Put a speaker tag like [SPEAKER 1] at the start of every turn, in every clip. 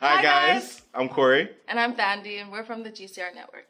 [SPEAKER 1] Hi,
[SPEAKER 2] Hi,
[SPEAKER 1] guys.
[SPEAKER 2] guys.
[SPEAKER 1] I'm Corey.
[SPEAKER 2] And I'm Thandi, and we're from the GCR Network.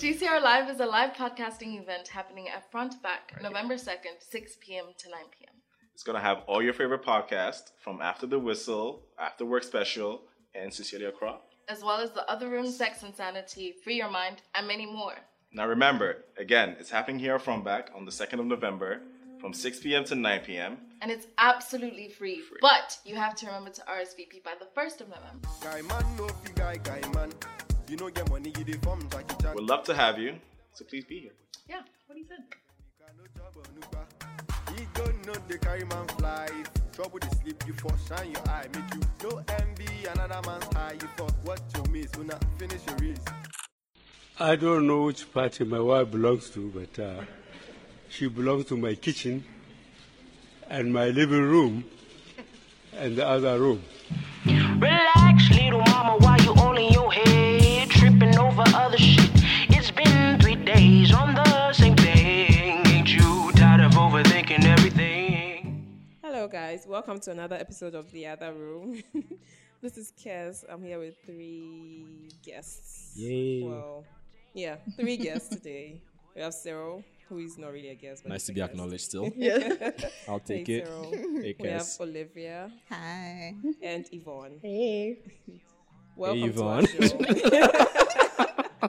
[SPEAKER 2] GCR Live is a live podcasting event happening at Front Back November 2nd, 6 p.m. to 9 p.m.
[SPEAKER 1] It's gonna have all your favorite podcasts from After the Whistle, After Work Special, and Cecilia Crop.
[SPEAKER 2] as well as the other room, sex and sanity, free your mind, and many more.
[SPEAKER 1] Now remember, again, it's happening here at From Back on the 2nd of November from 6 p.m. to 9 p.m.
[SPEAKER 2] And it's absolutely free, but you have to remember to RSVP by the 1st of November.
[SPEAKER 3] Guy man, no fi guy, guy man. You know get money, you dey form Jackie Chan.
[SPEAKER 1] We'd love to have you, so please be here.
[SPEAKER 2] Yeah, what do you think?
[SPEAKER 3] No job or no car. He don't know the carry man fly. Trouble the sleep you for shine your eye, make you no envy another man's high. You fuck what you miss, when I finish your race.
[SPEAKER 4] I don't know which party my wife belongs to, but uh, she belongs to my kitchen and my living room and the other room.
[SPEAKER 5] Relax, little mama, while you all in your head, tripping over other shit. It's been three days on the same thing. Ain't you tired of overthinking everything?
[SPEAKER 6] Hello, guys. Welcome to another episode of The Other Room. this is Kes. I'm here with three guests.
[SPEAKER 7] Yay.
[SPEAKER 6] Well, yeah, three guests today. We have Cyril, who is not really a guest. But he's
[SPEAKER 7] Nice to
[SPEAKER 6] a
[SPEAKER 7] be
[SPEAKER 6] guest.
[SPEAKER 7] acknowledged still.
[SPEAKER 6] Yeah.
[SPEAKER 7] I'll take
[SPEAKER 6] hey,
[SPEAKER 7] it.
[SPEAKER 6] Cyril.
[SPEAKER 7] Hey,
[SPEAKER 6] We have
[SPEAKER 7] Kes.
[SPEAKER 6] Olivia
[SPEAKER 8] Hi.
[SPEAKER 6] and Yvonne.
[SPEAKER 8] Hey.
[SPEAKER 6] Welcome
[SPEAKER 7] Yvonne.
[SPEAKER 6] to our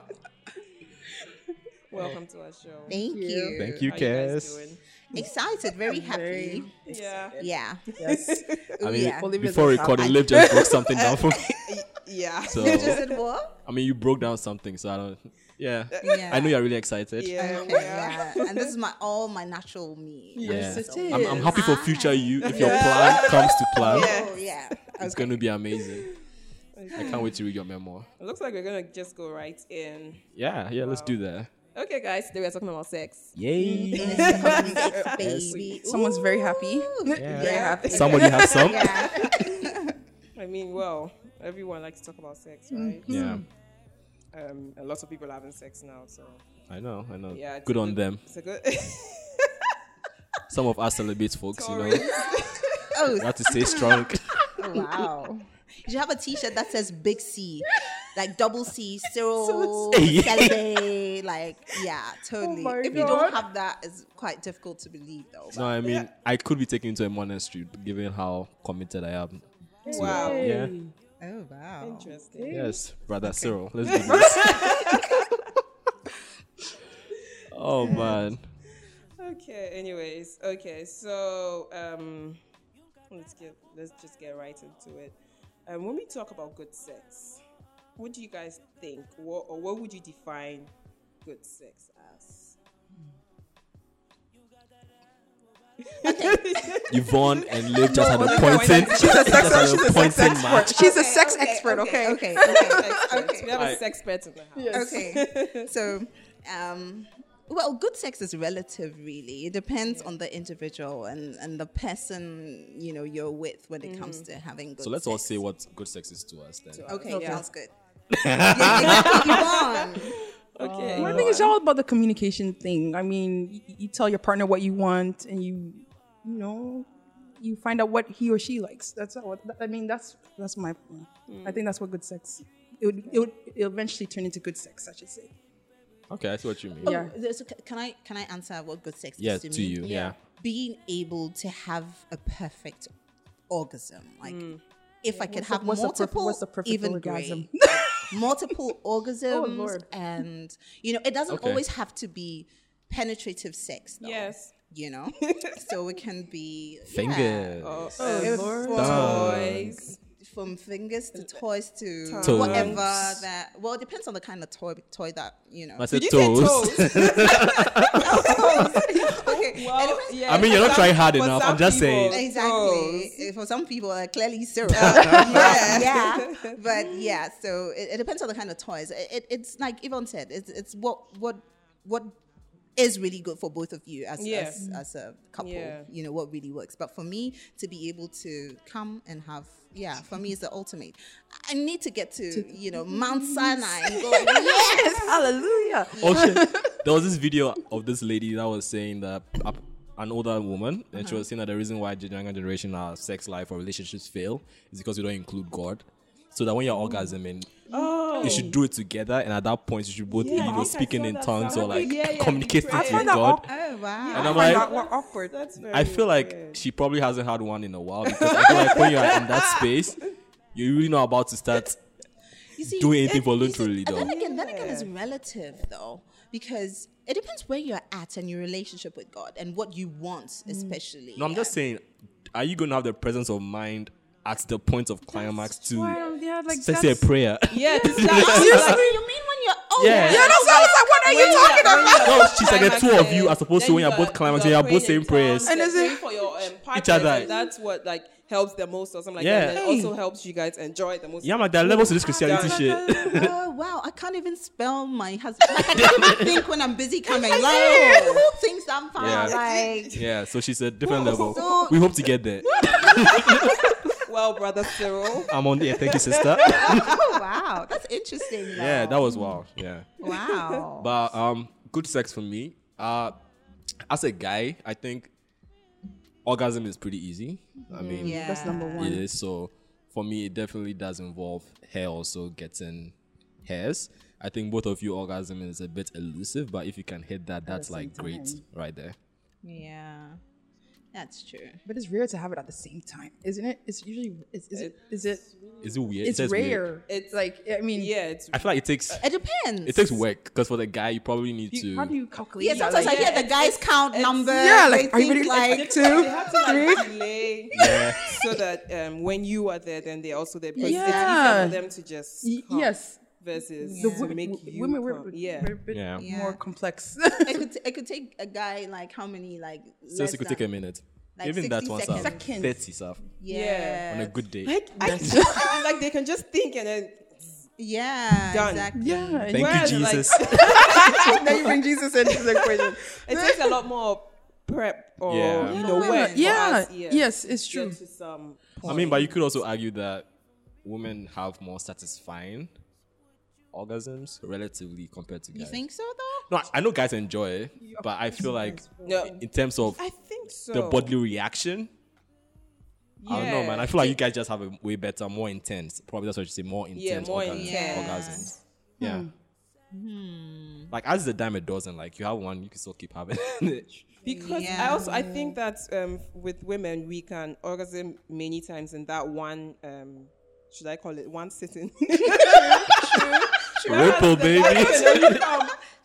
[SPEAKER 6] show. Welcome to our show.
[SPEAKER 8] Thank you.
[SPEAKER 7] Thank you,
[SPEAKER 6] How you guys
[SPEAKER 7] Kes.
[SPEAKER 6] doing?
[SPEAKER 8] Excited, very happy.
[SPEAKER 6] Yeah.
[SPEAKER 8] Yeah.
[SPEAKER 9] Yes.
[SPEAKER 7] I mean,
[SPEAKER 8] Yeah.
[SPEAKER 9] Olivia's
[SPEAKER 7] before
[SPEAKER 9] on top.
[SPEAKER 7] recording, Liv just broke something down for me.
[SPEAKER 9] Yeah.
[SPEAKER 7] So,
[SPEAKER 8] You just said what?
[SPEAKER 7] I mean, you broke down something, so I don't. Yeah.
[SPEAKER 8] Yeah.
[SPEAKER 7] I know you're really excited.
[SPEAKER 9] Yeah.
[SPEAKER 8] Okay,
[SPEAKER 9] well,
[SPEAKER 8] yeah. And this is my all my natural me.
[SPEAKER 9] Yes,
[SPEAKER 7] Yeah.
[SPEAKER 9] it is.
[SPEAKER 7] I'm, I'm happy for future you if your plan comes to plan.
[SPEAKER 8] Oh yeah.
[SPEAKER 7] It's going to be amazing. I can't wait to read your memoir.
[SPEAKER 6] It looks like we're going to just go right in.
[SPEAKER 7] Yeah, yeah, let's do that.
[SPEAKER 6] Okay, guys. Today we're talking about sex.
[SPEAKER 7] Yay!
[SPEAKER 8] Yes, baby.
[SPEAKER 9] Someone's very happy. Very happy.
[SPEAKER 7] Somebody have some? Yeah.
[SPEAKER 6] I mean, well, everyone likes to talk about sex,
[SPEAKER 9] Mm.
[SPEAKER 6] right? Um, a lot of people are having sex now, so
[SPEAKER 7] I know, I know.
[SPEAKER 6] yeah. it's
[SPEAKER 7] good
[SPEAKER 6] a
[SPEAKER 7] on them.
[SPEAKER 6] It's a good.
[SPEAKER 7] Some of us celebrate folks, you know.
[SPEAKER 6] Sorry.
[SPEAKER 7] You
[SPEAKER 8] Oh,
[SPEAKER 7] have to stay strong.
[SPEAKER 8] wow. You should have a t-shirt that says big C. Like double C, Cyril,
[SPEAKER 7] it's-
[SPEAKER 8] Celebrate, like yeah, totally.
[SPEAKER 9] my
[SPEAKER 8] if you don't
[SPEAKER 9] God.
[SPEAKER 8] have that, it's quite difficult to believe though.
[SPEAKER 7] No, I mean, I could be taken to a monastery given how committed I am.
[SPEAKER 6] wow.
[SPEAKER 7] Yeah.
[SPEAKER 8] Oh wow.
[SPEAKER 6] Interesting.
[SPEAKER 7] Yes, brother Cyril. Let's do this. oh man.
[SPEAKER 6] Okay. Anyways, okay. So um, let's get let's just get right into it. Um, when we talk about good sex, what do you guys think, what, or what would you define good sex as?
[SPEAKER 7] Yvonne and Liv just had a
[SPEAKER 9] Olivia, wait,
[SPEAKER 7] pointing.
[SPEAKER 9] She's a sex, she's
[SPEAKER 7] That's a
[SPEAKER 9] a sex
[SPEAKER 7] pointing
[SPEAKER 9] expert.
[SPEAKER 7] match.
[SPEAKER 9] She's a sex expert, okay?
[SPEAKER 8] Okay, okay, okay.
[SPEAKER 6] Experts. We have
[SPEAKER 7] Alright.
[SPEAKER 6] a sex expert in the house.
[SPEAKER 8] Okay. so, um, well, good sex is relative, really. It depends on the individual and, and the person you know you're with when it comes to having good.
[SPEAKER 7] So let's all
[SPEAKER 8] sex.
[SPEAKER 7] say what good sex is to us then.
[SPEAKER 8] Okay,
[SPEAKER 6] Okay.
[SPEAKER 8] sounds good. yeah, exactly, Yvonne.
[SPEAKER 6] Okay.
[SPEAKER 9] Well, I think it's all about the communication thing. I mean, you, you tell your partner what you want, and you, you know, you find out what he or she likes. That's how- what I mean. That's that's my. point. I think that's what good sex. It would, it would it eventually turn into good sex, I should say.
[SPEAKER 7] Okay, I see what you mean.
[SPEAKER 9] Yeah.
[SPEAKER 8] Oh, so c- can I can I answer what good sex
[SPEAKER 7] Yeah,
[SPEAKER 8] is to,
[SPEAKER 7] to
[SPEAKER 8] me?
[SPEAKER 7] you, yeah.
[SPEAKER 8] Being able to have a perfect orgasm, like if I could have
[SPEAKER 9] what's the perf-
[SPEAKER 8] multiple,
[SPEAKER 9] what's the perfect
[SPEAKER 8] even
[SPEAKER 9] orgasm? Oh,
[SPEAKER 8] great. multiple orgasms,
[SPEAKER 9] Lord.
[SPEAKER 8] and you know, it doesn't
[SPEAKER 7] Okay.
[SPEAKER 8] always have to be penetrative sex. Though,
[SPEAKER 6] Yes.
[SPEAKER 8] you know, so it can be yeah,
[SPEAKER 7] Fingers.
[SPEAKER 6] Oh, Toys.
[SPEAKER 8] from fingers to toys to
[SPEAKER 7] Toes.
[SPEAKER 8] whatever that. Well, it depends on the kind of toy toy that you know.
[SPEAKER 7] I said
[SPEAKER 6] you Oh, say
[SPEAKER 7] toes.
[SPEAKER 8] okay, it
[SPEAKER 6] Well,
[SPEAKER 8] depends-
[SPEAKER 6] yeah,
[SPEAKER 7] I mean, you're
[SPEAKER 6] for
[SPEAKER 7] not
[SPEAKER 6] some-
[SPEAKER 7] trying hard
[SPEAKER 6] for
[SPEAKER 7] enough.
[SPEAKER 6] some
[SPEAKER 7] I'm just
[SPEAKER 6] people,
[SPEAKER 7] saying.
[SPEAKER 8] Exactly.
[SPEAKER 6] toes.
[SPEAKER 8] Uh, For some people, uh, clearly syrup. yeah, yeah. But yeah, so it, it depends on the kind of toys. It, it, it's like Yvonne said, it's, it's what what what is really good for both of you as
[SPEAKER 6] Yeah.
[SPEAKER 8] as, as a couple.
[SPEAKER 6] Yeah.
[SPEAKER 8] You know what really works. But for me to be able to come and have yeah, for me is the ultimate. I need to get to you know Mount Sinai and go like yes.
[SPEAKER 9] Hallelujah.
[SPEAKER 7] Oh shit. There was this video of this lady that was saying that ap- an older woman, and she was saying that the reason why the younger generation our sex life or relationships fail is because we don't include God. So that when you're orgasming,
[SPEAKER 6] Oh,
[SPEAKER 7] you should do it together, and at that point, you should both,
[SPEAKER 6] Yeah,
[SPEAKER 7] you
[SPEAKER 6] I
[SPEAKER 7] know,
[SPEAKER 6] think I
[SPEAKER 7] speaking
[SPEAKER 6] saw
[SPEAKER 7] in
[SPEAKER 6] that
[SPEAKER 7] tongues or
[SPEAKER 6] somewhere.
[SPEAKER 7] like
[SPEAKER 6] Yeah, yeah,
[SPEAKER 7] communicate
[SPEAKER 6] I
[SPEAKER 7] it
[SPEAKER 9] find
[SPEAKER 7] with
[SPEAKER 9] that
[SPEAKER 7] God.
[SPEAKER 9] awkward.
[SPEAKER 8] Oh wow.
[SPEAKER 7] And I'm
[SPEAKER 9] Find
[SPEAKER 7] like,
[SPEAKER 9] that we're awkward.
[SPEAKER 6] that's very
[SPEAKER 7] I feel like
[SPEAKER 6] weird.
[SPEAKER 7] she probably hasn't had one in a while because I feel like when you're in that space, you're really not about to start
[SPEAKER 8] you see,
[SPEAKER 7] doing anything
[SPEAKER 8] it- you see,
[SPEAKER 7] voluntarily,
[SPEAKER 8] And then
[SPEAKER 7] though.
[SPEAKER 8] again, then again, it's relative though, because it depends where you're at and your relationship with God and what you want,
[SPEAKER 7] Mm.
[SPEAKER 8] especially.
[SPEAKER 7] No, I'm just saying, are you going to have the presence of mind at the point of climax to
[SPEAKER 9] why I'm- yeah, like,
[SPEAKER 7] say, say a
[SPEAKER 9] that's-
[SPEAKER 7] prayer?
[SPEAKER 6] yeah. that's-
[SPEAKER 8] Seriously, you mean when you're oh, old?
[SPEAKER 7] Yeah.
[SPEAKER 9] Yeah, that's what I was like. What are you talking about?
[SPEAKER 7] No, she's like the two of you are supposed to
[SPEAKER 6] Then
[SPEAKER 7] when you're both climaxing, you're
[SPEAKER 6] praying
[SPEAKER 7] both
[SPEAKER 6] in
[SPEAKER 7] saying
[SPEAKER 6] tongues,
[SPEAKER 7] prayers.
[SPEAKER 9] And
[SPEAKER 6] you're
[SPEAKER 9] is
[SPEAKER 6] praying
[SPEAKER 9] it-
[SPEAKER 6] for your um,
[SPEAKER 7] Each
[SPEAKER 6] partners,
[SPEAKER 7] other.
[SPEAKER 6] and That's what like helps the most or something like
[SPEAKER 7] Yeah.
[SPEAKER 6] that. And
[SPEAKER 7] Hey.
[SPEAKER 6] it also helps you guys enjoy it the most.
[SPEAKER 7] Yeah, I'm like, there are levels to this Christianity
[SPEAKER 6] Yeah.
[SPEAKER 7] shit.
[SPEAKER 8] Oh wow, I can't even spell my husband. Like, I can't even think when I'm busy coming. Like who thinks I'm fine?
[SPEAKER 7] Yeah.
[SPEAKER 8] Like
[SPEAKER 7] Yeah, so she's a different level.
[SPEAKER 8] so-
[SPEAKER 7] We hope to get there.
[SPEAKER 6] Well, brother Cyril.
[SPEAKER 7] I'm on the air. Thank you, sister.
[SPEAKER 8] oh wow, that's interesting. Though.
[SPEAKER 7] Yeah, that was wild. Yeah.
[SPEAKER 8] wow.
[SPEAKER 7] But um, good sex for me. Uh, as a guy, I think orgasm is pretty easy. I mean,
[SPEAKER 8] yeah.
[SPEAKER 9] That's number one.
[SPEAKER 7] it is. So for me, it definitely does involve hair also getting hairs. I think both of you orgasm is a bit elusive, but if you can hit that, that's like great right there.
[SPEAKER 8] Yeah, that's true.
[SPEAKER 9] But it's rare to have it at the same time, isn't it? It's usually is, is it is it
[SPEAKER 7] Is it weird? It
[SPEAKER 9] it's
[SPEAKER 7] says
[SPEAKER 9] rare.
[SPEAKER 7] weird.
[SPEAKER 9] It's like I mean,
[SPEAKER 6] Yeah, it's
[SPEAKER 7] I feel like it takes
[SPEAKER 8] It depends.
[SPEAKER 7] it takes work because for the guy, you probably need to.
[SPEAKER 9] You, how do you calculate?
[SPEAKER 8] Yeah,
[SPEAKER 9] that?
[SPEAKER 8] sometimes I
[SPEAKER 9] Like,
[SPEAKER 8] hear the guys count numbers.
[SPEAKER 9] yeah, like
[SPEAKER 8] they
[SPEAKER 9] are you
[SPEAKER 8] think,
[SPEAKER 9] really
[SPEAKER 8] like
[SPEAKER 9] like two,
[SPEAKER 6] they have to like delay
[SPEAKER 7] Yeah.
[SPEAKER 6] so that um, when you are there, then they're also there because
[SPEAKER 9] Yeah.
[SPEAKER 6] it's easier for them to just
[SPEAKER 9] Y-
[SPEAKER 6] come
[SPEAKER 9] yes.
[SPEAKER 6] versus
[SPEAKER 9] The
[SPEAKER 6] to
[SPEAKER 9] women,
[SPEAKER 6] make
[SPEAKER 9] w-
[SPEAKER 6] you
[SPEAKER 9] women were,
[SPEAKER 6] come.
[SPEAKER 9] yeah.
[SPEAKER 6] yeah.
[SPEAKER 9] were a bit
[SPEAKER 7] Yeah.
[SPEAKER 8] Yeah.
[SPEAKER 9] more complex.
[SPEAKER 8] it could it could take a guy like how many like
[SPEAKER 7] So
[SPEAKER 8] less
[SPEAKER 7] it could
[SPEAKER 8] than-
[SPEAKER 7] take a minute.
[SPEAKER 8] like
[SPEAKER 7] Even that
[SPEAKER 8] 60
[SPEAKER 7] one's up.
[SPEAKER 9] seconds.
[SPEAKER 7] 30 stuff
[SPEAKER 8] yeah
[SPEAKER 7] on a good day.
[SPEAKER 6] Like, I, like they can just think and then
[SPEAKER 8] yeah
[SPEAKER 6] Done.
[SPEAKER 8] exactly
[SPEAKER 9] yeah,
[SPEAKER 7] Thank
[SPEAKER 6] Well, like-
[SPEAKER 7] you, Jesus.
[SPEAKER 9] now you bring Jesus into the equation.
[SPEAKER 6] it takes a lot more prep or
[SPEAKER 7] Yeah.
[SPEAKER 6] you know
[SPEAKER 8] Yeah.
[SPEAKER 6] work. for
[SPEAKER 9] Yeah,
[SPEAKER 6] us,
[SPEAKER 9] yes, it's
[SPEAKER 6] to get
[SPEAKER 9] true.
[SPEAKER 6] to some
[SPEAKER 7] I mean, but you could also argue that women have more satisfying orgasms relatively compared to guys.
[SPEAKER 8] you think so though
[SPEAKER 7] No, I- I know guys enjoy it, but I feel like
[SPEAKER 6] No,
[SPEAKER 7] in terms of
[SPEAKER 6] I think so.
[SPEAKER 7] the bodily reaction,
[SPEAKER 6] yeah.
[SPEAKER 7] I don't know, man. I feel like you guys just have a way better, more intense. Probably that's what you say, more intense.
[SPEAKER 6] yeah, more
[SPEAKER 7] orgasm-
[SPEAKER 6] intense. Hmm.
[SPEAKER 7] Orgasms. Yeah. Like as the dime a dozen, like you have one, you can still keep having it.
[SPEAKER 6] Because
[SPEAKER 8] Yeah.
[SPEAKER 6] I also I think that um, with women we can orgasm many times in that one um, should I call it one sitting?
[SPEAKER 7] Ripple, baby.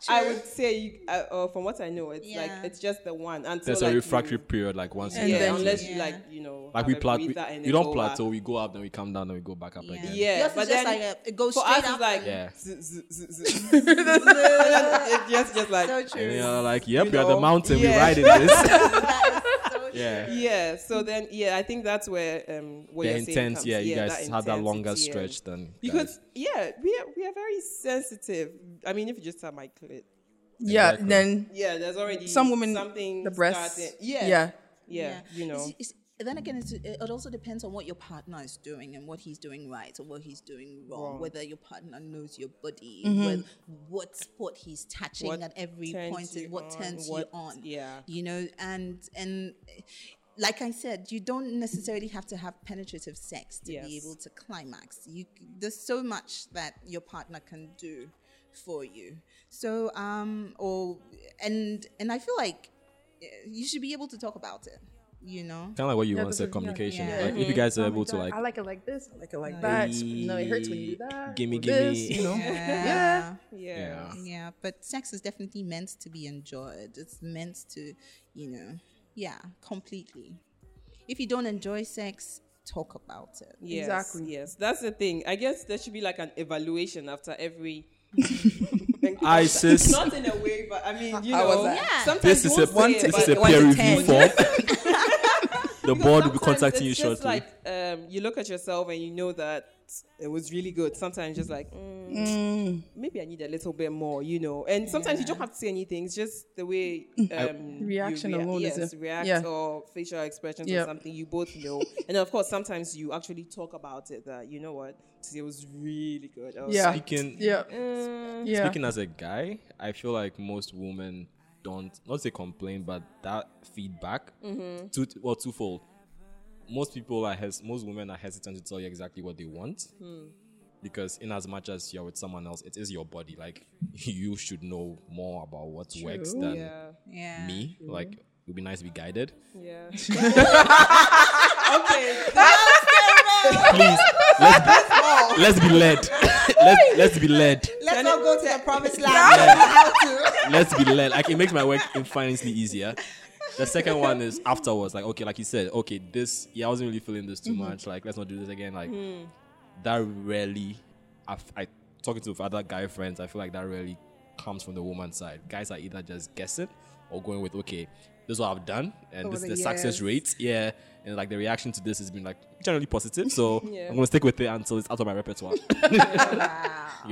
[SPEAKER 6] I would say, you, uh, uh, from what I know, it's like
[SPEAKER 8] Yeah.
[SPEAKER 6] it's just the one until
[SPEAKER 7] There's
[SPEAKER 6] like
[SPEAKER 7] a refractory
[SPEAKER 6] You,
[SPEAKER 7] period, like once
[SPEAKER 9] And
[SPEAKER 6] yeah,
[SPEAKER 7] you
[SPEAKER 9] then
[SPEAKER 7] get
[SPEAKER 6] unless
[SPEAKER 7] to-
[SPEAKER 6] you like you know
[SPEAKER 7] like
[SPEAKER 6] have
[SPEAKER 7] we
[SPEAKER 6] a
[SPEAKER 7] plateau,
[SPEAKER 6] breather and
[SPEAKER 7] you
[SPEAKER 6] then
[SPEAKER 7] don't
[SPEAKER 6] go up.
[SPEAKER 7] plateau. We go up, then we come down, then we go back up again.
[SPEAKER 6] Yeah,
[SPEAKER 8] Yours is
[SPEAKER 6] but then
[SPEAKER 8] just like a- it goes
[SPEAKER 6] for us
[SPEAKER 8] straight up.
[SPEAKER 6] it's like
[SPEAKER 7] Yeah.
[SPEAKER 6] z- z- z- z- and then it just just like
[SPEAKER 8] so true
[SPEAKER 7] And you're like, yep,
[SPEAKER 6] You
[SPEAKER 7] you're the
[SPEAKER 6] know,
[SPEAKER 7] mountain.
[SPEAKER 6] yeah.
[SPEAKER 7] We're riding
[SPEAKER 8] so
[SPEAKER 7] this.
[SPEAKER 8] true.
[SPEAKER 7] yeah.
[SPEAKER 6] yeah. So then yeah, I think that's where um what
[SPEAKER 7] The
[SPEAKER 6] you're saying
[SPEAKER 7] intense,
[SPEAKER 6] comes.
[SPEAKER 7] yeah, you guys have that
[SPEAKER 6] intensity,
[SPEAKER 7] longer
[SPEAKER 6] yeah.
[SPEAKER 7] stretch than
[SPEAKER 6] Because yeah, we are, we are very sensitive. I mean, if you just have my clit,
[SPEAKER 9] Yeah,
[SPEAKER 7] Exactly.
[SPEAKER 9] then
[SPEAKER 6] yeah, there's already
[SPEAKER 9] some women
[SPEAKER 6] something
[SPEAKER 9] the breasts.
[SPEAKER 6] starting- yeah,
[SPEAKER 9] yeah,
[SPEAKER 6] yeah, you know,
[SPEAKER 8] It's- it's- then again, it's, it also depends on what your partner is doing and what he's doing right or what he's doing wrong. Whether your partner knows your body, whe- what spot he's touching
[SPEAKER 6] What
[SPEAKER 8] at every
[SPEAKER 6] turns
[SPEAKER 8] point,
[SPEAKER 6] you
[SPEAKER 8] and what
[SPEAKER 6] on,
[SPEAKER 8] turns
[SPEAKER 6] what-
[SPEAKER 8] you on.
[SPEAKER 6] yeah.
[SPEAKER 8] you know, and and eh, like I said, you don't necessarily have to have penetrative sex to be
[SPEAKER 6] Yes.
[SPEAKER 8] able to climax. You c- there's so much that your partner can do for you. So um or and and I feel like eh, you should be able to talk about it. You know.
[SPEAKER 7] Kind of like what you
[SPEAKER 9] Yeah,
[SPEAKER 7] want
[SPEAKER 9] this
[SPEAKER 7] to say,
[SPEAKER 9] is- yeah,
[SPEAKER 7] communication.
[SPEAKER 8] yeah.
[SPEAKER 7] Like if you guys are able
[SPEAKER 9] like
[SPEAKER 7] to
[SPEAKER 9] that.
[SPEAKER 7] like,
[SPEAKER 9] I like it like this. I like it like that. No, it hurts when you do that.
[SPEAKER 7] Gimme,
[SPEAKER 9] or this,
[SPEAKER 7] gimme.
[SPEAKER 9] You know.
[SPEAKER 8] Yeah.
[SPEAKER 6] yeah,
[SPEAKER 8] Yeah, but sex is definitely meant to be enjoyed. It's meant to, you know, yeah, completely. If you don't enjoy sex, talk about it.
[SPEAKER 6] yes,
[SPEAKER 9] Exactly.
[SPEAKER 6] Yes, that's the thing. I guess there should be like an evaluation after every.
[SPEAKER 7] ISIS.
[SPEAKER 6] Not in a way, but I mean, you
[SPEAKER 9] I
[SPEAKER 6] know,
[SPEAKER 9] was like,
[SPEAKER 8] Yeah.
[SPEAKER 6] sometimes
[SPEAKER 7] This
[SPEAKER 6] you
[SPEAKER 7] is
[SPEAKER 6] won't
[SPEAKER 7] a one.
[SPEAKER 6] say it,
[SPEAKER 7] This
[SPEAKER 6] but
[SPEAKER 7] is a
[SPEAKER 9] one to
[SPEAKER 7] peer
[SPEAKER 9] ten.
[SPEAKER 7] review form. the
[SPEAKER 6] Because
[SPEAKER 7] board will be
[SPEAKER 6] sometimes
[SPEAKER 7] contacting you
[SPEAKER 6] it's
[SPEAKER 7] shortly.
[SPEAKER 6] Just like um, you look at yourself and you know that it was really good. Sometimes just like mm, maybe I need a little bit more, you know. And sometimes you don't have to say anything. It's just the way um, you
[SPEAKER 9] Reaction alone is
[SPEAKER 6] yes,
[SPEAKER 9] a-
[SPEAKER 6] react
[SPEAKER 9] Mm. yeah.
[SPEAKER 6] or facial expressions
[SPEAKER 9] Yeah.
[SPEAKER 6] or something. You both know, and of course sometimes you actually talk about it. That you know what it was really good. I was
[SPEAKER 9] Yeah.
[SPEAKER 7] Speaking-
[SPEAKER 9] Yeah.
[SPEAKER 6] like, mm,
[SPEAKER 9] Yeah.
[SPEAKER 7] Speaking as a guy, I feel like most women don't not say complain, but that feedback
[SPEAKER 6] Mm-hmm.
[SPEAKER 7] two well twofold. Most people are hes- most women are hesitant to tell you exactly what they want.
[SPEAKER 6] Hmm.
[SPEAKER 7] Because in as much as you're with someone else, it is your body. Like you should know more about what works than
[SPEAKER 6] Yeah.
[SPEAKER 8] Yeah.
[SPEAKER 7] me. Like it would be nice to be guided.
[SPEAKER 6] Yeah. okay.
[SPEAKER 7] Please let's be, let's be led. let's, let's be led.
[SPEAKER 8] Let's not go to the promised land. We don't know how to.
[SPEAKER 7] let's be led. Like it makes my work infinitely easier. The second one is afterwards. Like okay, like you said, okay, this yeah, I wasn't really feeling this too
[SPEAKER 6] Mm-hmm.
[SPEAKER 7] much. Like let's not do this again. Like
[SPEAKER 6] Hmm.
[SPEAKER 7] that really, I, I talking to other guy friends. I feel like that really comes from the woman's side. Guys are either just guessing or going with okay, this is what I've done and this is
[SPEAKER 9] Over
[SPEAKER 7] the
[SPEAKER 9] the
[SPEAKER 7] success
[SPEAKER 9] years.
[SPEAKER 7] rate. Yeah, and like the reaction to this has been like generally positive. So
[SPEAKER 6] Yeah.
[SPEAKER 7] I'm gonna stick with it until it's out of my repertoire. you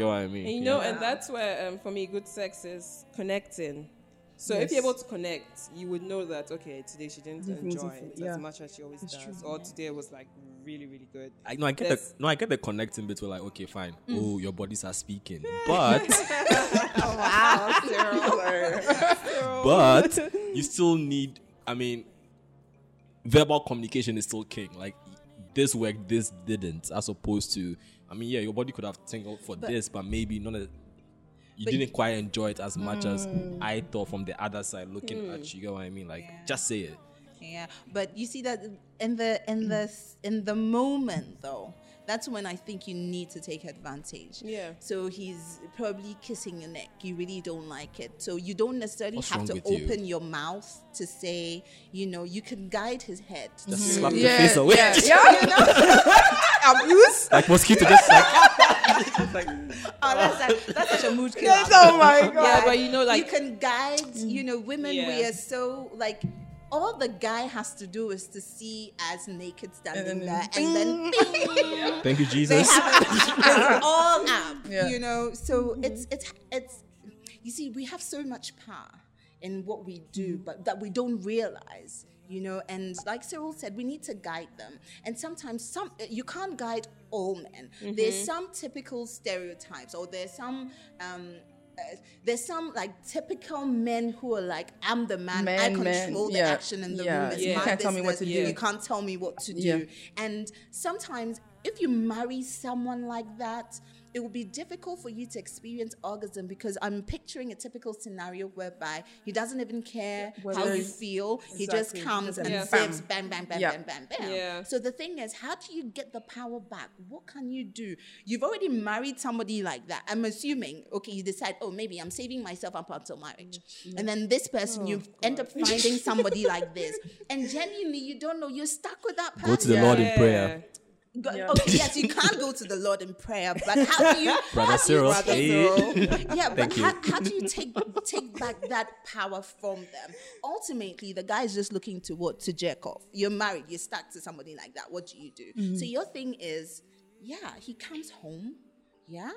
[SPEAKER 7] know what I mean?
[SPEAKER 6] And you
[SPEAKER 7] Yeah.
[SPEAKER 6] know, and that's where um, for me, good sex is connecting. So if you're
[SPEAKER 9] Yes.
[SPEAKER 6] able to connect, you would know that okay, today she didn't
[SPEAKER 9] Different
[SPEAKER 6] enjoy
[SPEAKER 9] things,
[SPEAKER 6] it
[SPEAKER 9] yeah.
[SPEAKER 6] as much as she always
[SPEAKER 9] It's
[SPEAKER 6] does,
[SPEAKER 9] true,
[SPEAKER 6] or
[SPEAKER 9] yeah.
[SPEAKER 6] today was like really, really good.
[SPEAKER 7] I no, I get
[SPEAKER 6] There's-
[SPEAKER 7] the no, I get the connecting bit. Where like, okay, fine. Oh, your bodies are speaking, but
[SPEAKER 9] Ah,
[SPEAKER 8] Wow.
[SPEAKER 7] but you still need. I mean, verbal communication is still king. Like this worked, this didn't. As opposed to, I mean, yeah, your body could have tingled for this, but maybe not. A, you didn't quite enjoy it as much as I thought from the other side looking at you. You know what I mean? Like, just say it.
[SPEAKER 8] Yeah, but you see that in the in the s- in the moment though, that's when I think you need to take advantage.
[SPEAKER 6] Yeah.
[SPEAKER 8] So he's probably kissing your neck. You really don't like it, so you don't necessarily
[SPEAKER 7] What's
[SPEAKER 8] have
[SPEAKER 7] wrong
[SPEAKER 8] to
[SPEAKER 7] with you?
[SPEAKER 8] open your mouth to say. You know, you can guide his head.
[SPEAKER 7] Just
[SPEAKER 8] to-
[SPEAKER 7] slap the
[SPEAKER 9] Yeah,
[SPEAKER 7] face away.
[SPEAKER 9] Yeah, you know? I'm used.
[SPEAKER 7] like mosquito, just like
[SPEAKER 8] Oh, that's, that, that's such a mood killer.
[SPEAKER 9] Oh my god.
[SPEAKER 6] Yeah, but you know, like
[SPEAKER 8] you can guide. You know, women
[SPEAKER 6] Yeah.
[SPEAKER 8] we are so like. All the guy has to do is to see as naked standing there, and then bing,
[SPEAKER 7] thank you,
[SPEAKER 8] they
[SPEAKER 7] Jesus.
[SPEAKER 8] have it it's all up,
[SPEAKER 9] Yeah. Mm-hmm.
[SPEAKER 8] you know. So it's it's it's you see, we have so much power in what we do,
[SPEAKER 9] Mm-hmm.
[SPEAKER 8] but that we don't realize, you know. And like Cyril said, we need to guide them. And sometimes some you can't guide all men. There's
[SPEAKER 9] Mm-hmm.
[SPEAKER 8] some typical stereotypes, or there's some. Um, uh, there's some like typical men who are like, I'm the man, I
[SPEAKER 9] Man, man.
[SPEAKER 8] control the
[SPEAKER 9] Yeah.
[SPEAKER 8] action in the
[SPEAKER 9] Yeah.
[SPEAKER 8] room. It's
[SPEAKER 9] You
[SPEAKER 8] my
[SPEAKER 9] can't tell me what to
[SPEAKER 8] business.
[SPEAKER 9] do.
[SPEAKER 8] You can't tell me what to do.
[SPEAKER 9] Yeah.
[SPEAKER 8] And sometimes, if you marry someone like that, it will be difficult for you to experience orgasm because I'm picturing a typical scenario whereby he doesn't even care how
[SPEAKER 9] Whether
[SPEAKER 8] you
[SPEAKER 9] it's-
[SPEAKER 8] feel. He just
[SPEAKER 9] Exactly.
[SPEAKER 8] comes
[SPEAKER 9] Just
[SPEAKER 8] and
[SPEAKER 9] bam.
[SPEAKER 8] zips, bam, bam, bam,
[SPEAKER 9] Yeah.
[SPEAKER 8] bam, bam, bam.
[SPEAKER 6] Yeah.
[SPEAKER 8] So the thing is, how do you get the power back? What can you do? You've already married somebody like that. I'm assuming, okay, you decide, oh, maybe I'm saving myself up until marriage. And then this person, you end up finding somebody like this. And genuinely, you don't know, you're stuck with that person.
[SPEAKER 7] Go to the Lord in prayer,
[SPEAKER 8] Go- okay, yes, you can't go to the Lord in prayer, but how do you,
[SPEAKER 7] brother Cyril. Hey.
[SPEAKER 8] yeah, but
[SPEAKER 7] Thank you.
[SPEAKER 8] how, how do you take take back that power from them? Ultimately, the guy is just looking to what to jerk off. You're married, you're stuck to somebody like that. What do you do? So your thing is, yeah, he comes home, yeah.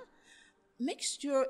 [SPEAKER 8] Make sure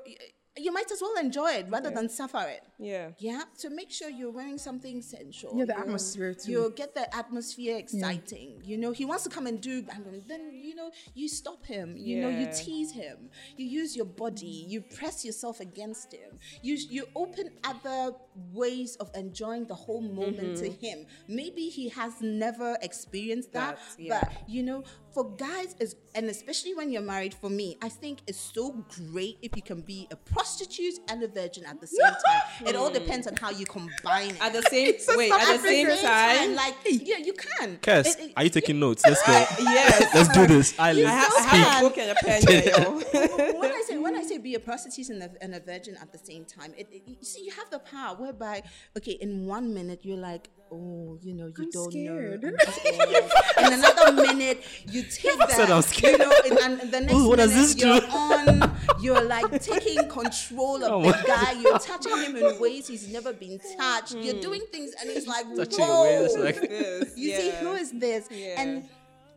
[SPEAKER 8] you might as well enjoy it rather than suffer it.
[SPEAKER 6] yeah,
[SPEAKER 8] Yeah, so make sure you're wearing something sensual.
[SPEAKER 9] Yeah, the
[SPEAKER 8] You'll-
[SPEAKER 9] atmosphere too.
[SPEAKER 8] You'll get the atmosphere exciting. You know, he wants to come and do, and then you know, you stop him. You know, you
[SPEAKER 6] Yeah.
[SPEAKER 8] tease him. You use your body. You press yourself against him. You you open other ways of enjoying the whole moment to
[SPEAKER 9] Mm-hmm.
[SPEAKER 8] him. Maybe he has never experienced that,
[SPEAKER 6] That, yeah.
[SPEAKER 8] but you know, for guys is and especially when you're married. For me, I think it's so great if you can be a prostitute and a virgin at the same time. It all depends on how you combine it.
[SPEAKER 6] at the same wait,
[SPEAKER 8] But
[SPEAKER 6] at the same time,
[SPEAKER 8] like yeah, you can.
[SPEAKER 7] Kes,
[SPEAKER 8] It- it-
[SPEAKER 7] are you taking notes? Let's go.
[SPEAKER 6] yes,
[SPEAKER 7] Let's do this. I
[SPEAKER 6] I,
[SPEAKER 7] live.
[SPEAKER 6] ha- I have a book and a pen. Here, yo.
[SPEAKER 8] when I say when I say be a prostitute and a, and a virgin at the same time, it, it- you see you have the power whereby okay, in one minute you're like, oh, you know, you don't
[SPEAKER 9] scared.
[SPEAKER 8] know, I'm scared. in another minute you take that,
[SPEAKER 7] said I'm
[SPEAKER 8] you
[SPEAKER 7] scared.
[SPEAKER 8] know, and, and- and the next
[SPEAKER 7] Ooh, what does
[SPEAKER 8] minute
[SPEAKER 7] this do?
[SPEAKER 8] you're on, you're like taking control
[SPEAKER 7] Oh
[SPEAKER 8] of the guy, you're touching him in ways he's never been touched,
[SPEAKER 7] Hmm.
[SPEAKER 8] you're doing things, and he's like, whoa,
[SPEAKER 6] Yes,
[SPEAKER 8] you see
[SPEAKER 6] yeah.
[SPEAKER 8] who is this
[SPEAKER 6] Yeah.
[SPEAKER 8] and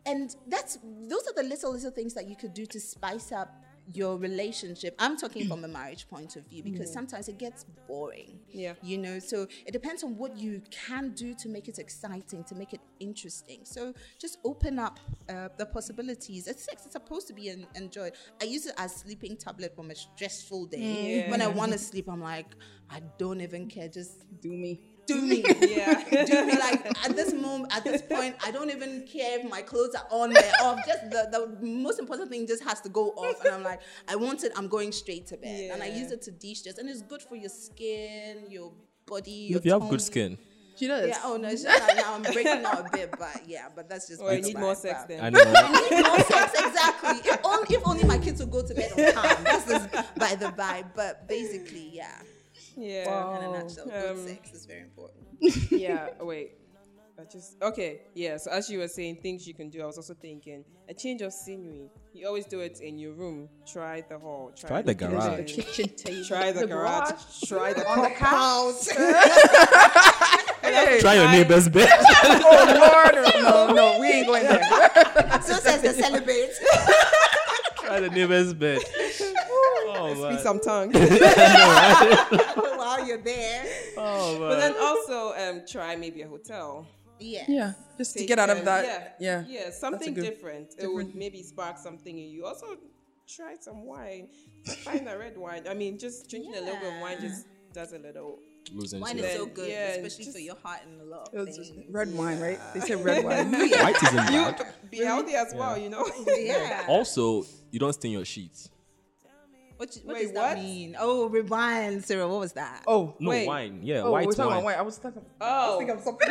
[SPEAKER 8] and that's those are the little little things that you could do to spice up your relationship. I'm talking from a marriage point of view because sometimes it gets boring.
[SPEAKER 6] Mm. Yeah.
[SPEAKER 8] You know, so it depends on what you can do to make it exciting, to make it interesting. So just open up uh, the possibilities. It's sex, it's supposed to be en- enjoyed. I use it as sleeping tablet from a stressful day. When I want to sleep, I'm like, I don't even care. Just
[SPEAKER 9] Do me.
[SPEAKER 8] do me.
[SPEAKER 6] Yeah.
[SPEAKER 8] do me like at this moment, at this point, I don't even care if my clothes are on, they're off. Just the, the most important thing just has to go off. And I'm like, I want it, I'm going straight to bed. And I
[SPEAKER 6] Yeah.
[SPEAKER 8] use it to de stress. And it's good for your skin, your body. Your
[SPEAKER 7] If you have
[SPEAKER 8] tongue.
[SPEAKER 7] good skin,
[SPEAKER 9] She does.
[SPEAKER 8] Yeah, oh no, it's just that now I'm breaking out a bit, but yeah, but that's just
[SPEAKER 6] Or you
[SPEAKER 8] my
[SPEAKER 6] need more
[SPEAKER 8] vibe,
[SPEAKER 6] sex
[SPEAKER 8] but-
[SPEAKER 6] then.
[SPEAKER 7] I know. right?
[SPEAKER 8] I need more sex, exactly. If only, if only my kids would go to bed on time. That's just by the by. But basically, yeah.
[SPEAKER 6] Yeah.
[SPEAKER 8] In a nutshell, good
[SPEAKER 6] Um,
[SPEAKER 8] sex is very important.
[SPEAKER 6] yeah. oh, Wait. I just okay. Yeah. So as you were saying things you can do, I was also thinking a change of scenery. You always do it in your room. Try the hall. Try,
[SPEAKER 7] Try the
[SPEAKER 6] kitchen,
[SPEAKER 7] garage.
[SPEAKER 9] The kitchen table.
[SPEAKER 6] Try the, garage. Try the
[SPEAKER 9] On the couch.
[SPEAKER 7] Try your neighbor's bed.
[SPEAKER 9] No, no, we ain't going there.
[SPEAKER 8] So says the celebrate.
[SPEAKER 7] Try the neighbor's bed. Oh
[SPEAKER 6] Speak
[SPEAKER 7] man.
[SPEAKER 6] some tongue.
[SPEAKER 8] while you're there.
[SPEAKER 7] Oh
[SPEAKER 6] but
[SPEAKER 7] man.
[SPEAKER 6] then also um, try maybe a hotel.
[SPEAKER 8] Yeah.
[SPEAKER 9] Yeah, just to
[SPEAKER 6] Take
[SPEAKER 9] get out of
[SPEAKER 6] turns.
[SPEAKER 9] that.
[SPEAKER 6] Yeah.
[SPEAKER 9] Yeah.
[SPEAKER 6] Yeah. Something
[SPEAKER 9] good-
[SPEAKER 6] different. It would maybe spark something in you. Also, try some wine. Find a red wine. I mean, just drinking a little bit of wine just does a little.
[SPEAKER 7] Lose into
[SPEAKER 8] Wine
[SPEAKER 7] it.
[SPEAKER 8] is so
[SPEAKER 6] Then,
[SPEAKER 8] good,
[SPEAKER 6] yeah,
[SPEAKER 8] especially
[SPEAKER 6] just-
[SPEAKER 8] for your heart and a lot
[SPEAKER 9] It
[SPEAKER 8] of
[SPEAKER 9] was
[SPEAKER 8] things.
[SPEAKER 9] red wine, right? They say red wine.
[SPEAKER 7] White isn't bad.
[SPEAKER 6] Be healthy as well, you know.
[SPEAKER 8] Yeah.
[SPEAKER 7] Also, you don't stain your sheets.
[SPEAKER 8] What, what
[SPEAKER 6] Wait,
[SPEAKER 8] does that
[SPEAKER 6] what?
[SPEAKER 8] mean? Oh, rewind, Sarah. What was that?
[SPEAKER 9] Oh,
[SPEAKER 7] No
[SPEAKER 6] Wait.
[SPEAKER 7] wine. Yeah,
[SPEAKER 9] oh,
[SPEAKER 7] white
[SPEAKER 9] we're talking
[SPEAKER 7] wine.
[SPEAKER 9] about wine. I was talking.
[SPEAKER 6] Oh.
[SPEAKER 9] I was thinking of something.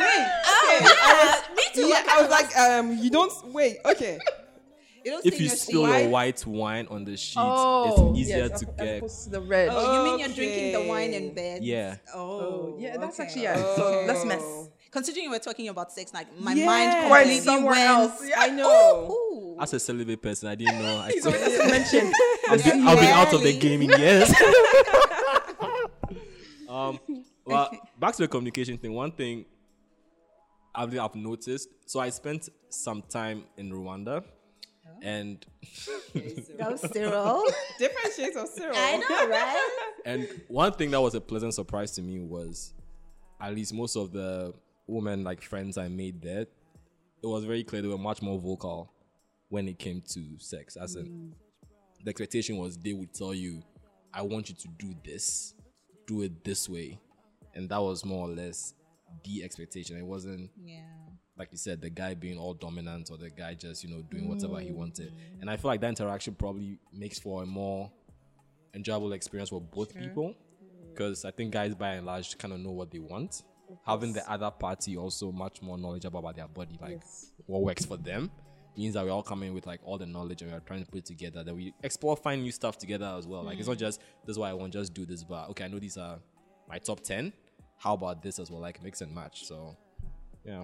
[SPEAKER 8] me too.
[SPEAKER 6] Yeah, I was like, um, you don't wait. Okay,
[SPEAKER 8] you don't
[SPEAKER 7] If
[SPEAKER 8] stain
[SPEAKER 7] you
[SPEAKER 8] your
[SPEAKER 7] spill
[SPEAKER 8] sheet.
[SPEAKER 7] your white wine on the sheet,
[SPEAKER 9] Oh,
[SPEAKER 7] it's easier
[SPEAKER 9] yes,
[SPEAKER 7] to
[SPEAKER 9] as- as
[SPEAKER 7] get.
[SPEAKER 9] opposed to the red.
[SPEAKER 6] Oh,
[SPEAKER 8] Oh, you mean you're drinking the
[SPEAKER 6] Okay.
[SPEAKER 8] wine in bed?
[SPEAKER 7] Yeah.
[SPEAKER 8] Oh,
[SPEAKER 9] yeah, that's
[SPEAKER 8] okay.
[SPEAKER 9] actually yeah.
[SPEAKER 6] Oh.
[SPEAKER 9] So let's mess.
[SPEAKER 8] Considering we're talking about sex, like my
[SPEAKER 6] Yeah.
[SPEAKER 8] mind
[SPEAKER 6] Went
[SPEAKER 8] completely
[SPEAKER 9] somewhere
[SPEAKER 8] went-
[SPEAKER 9] else. Yeah.
[SPEAKER 6] I know.
[SPEAKER 8] Ooh.
[SPEAKER 7] As a celibate person, I didn't know. I could.
[SPEAKER 9] Just mention.
[SPEAKER 7] I've been, I've been out of the
[SPEAKER 8] Barely.
[SPEAKER 7] game in years. um, well, back to the communication thing. One thing I've, I've noticed. So I spent some time in Rwanda, and
[SPEAKER 8] Go, Cyril.
[SPEAKER 6] Different shades of syrup.
[SPEAKER 8] I know, right?
[SPEAKER 7] and one thing that was a pleasant surprise to me was, at least most of the women like friends I made there, it was very clear they were much more vocal when it came to sex. As in, the expectation was they would tell you, "I want you to do this, do it this way," and that was more or less the expectation. It wasn't
[SPEAKER 8] Yeah.
[SPEAKER 7] like you said, the guy being all dominant or the guy just, you know, doing whatever he wanted. And I feel like that interaction probably makes for a more enjoyable experience for both people. Because I think guys, by and large, kind of know what they want. Having the other party also much more knowledgeable about their body, like what works for them, means that we're all coming with like all the knowledge and we're trying to put it together. That we explore, find new stuff together as well. Like it's
[SPEAKER 9] Mm.
[SPEAKER 7] not just this is what I want, just do this, but okay, I know these are my top 10. How about this as well? Like mix and match. So, yeah.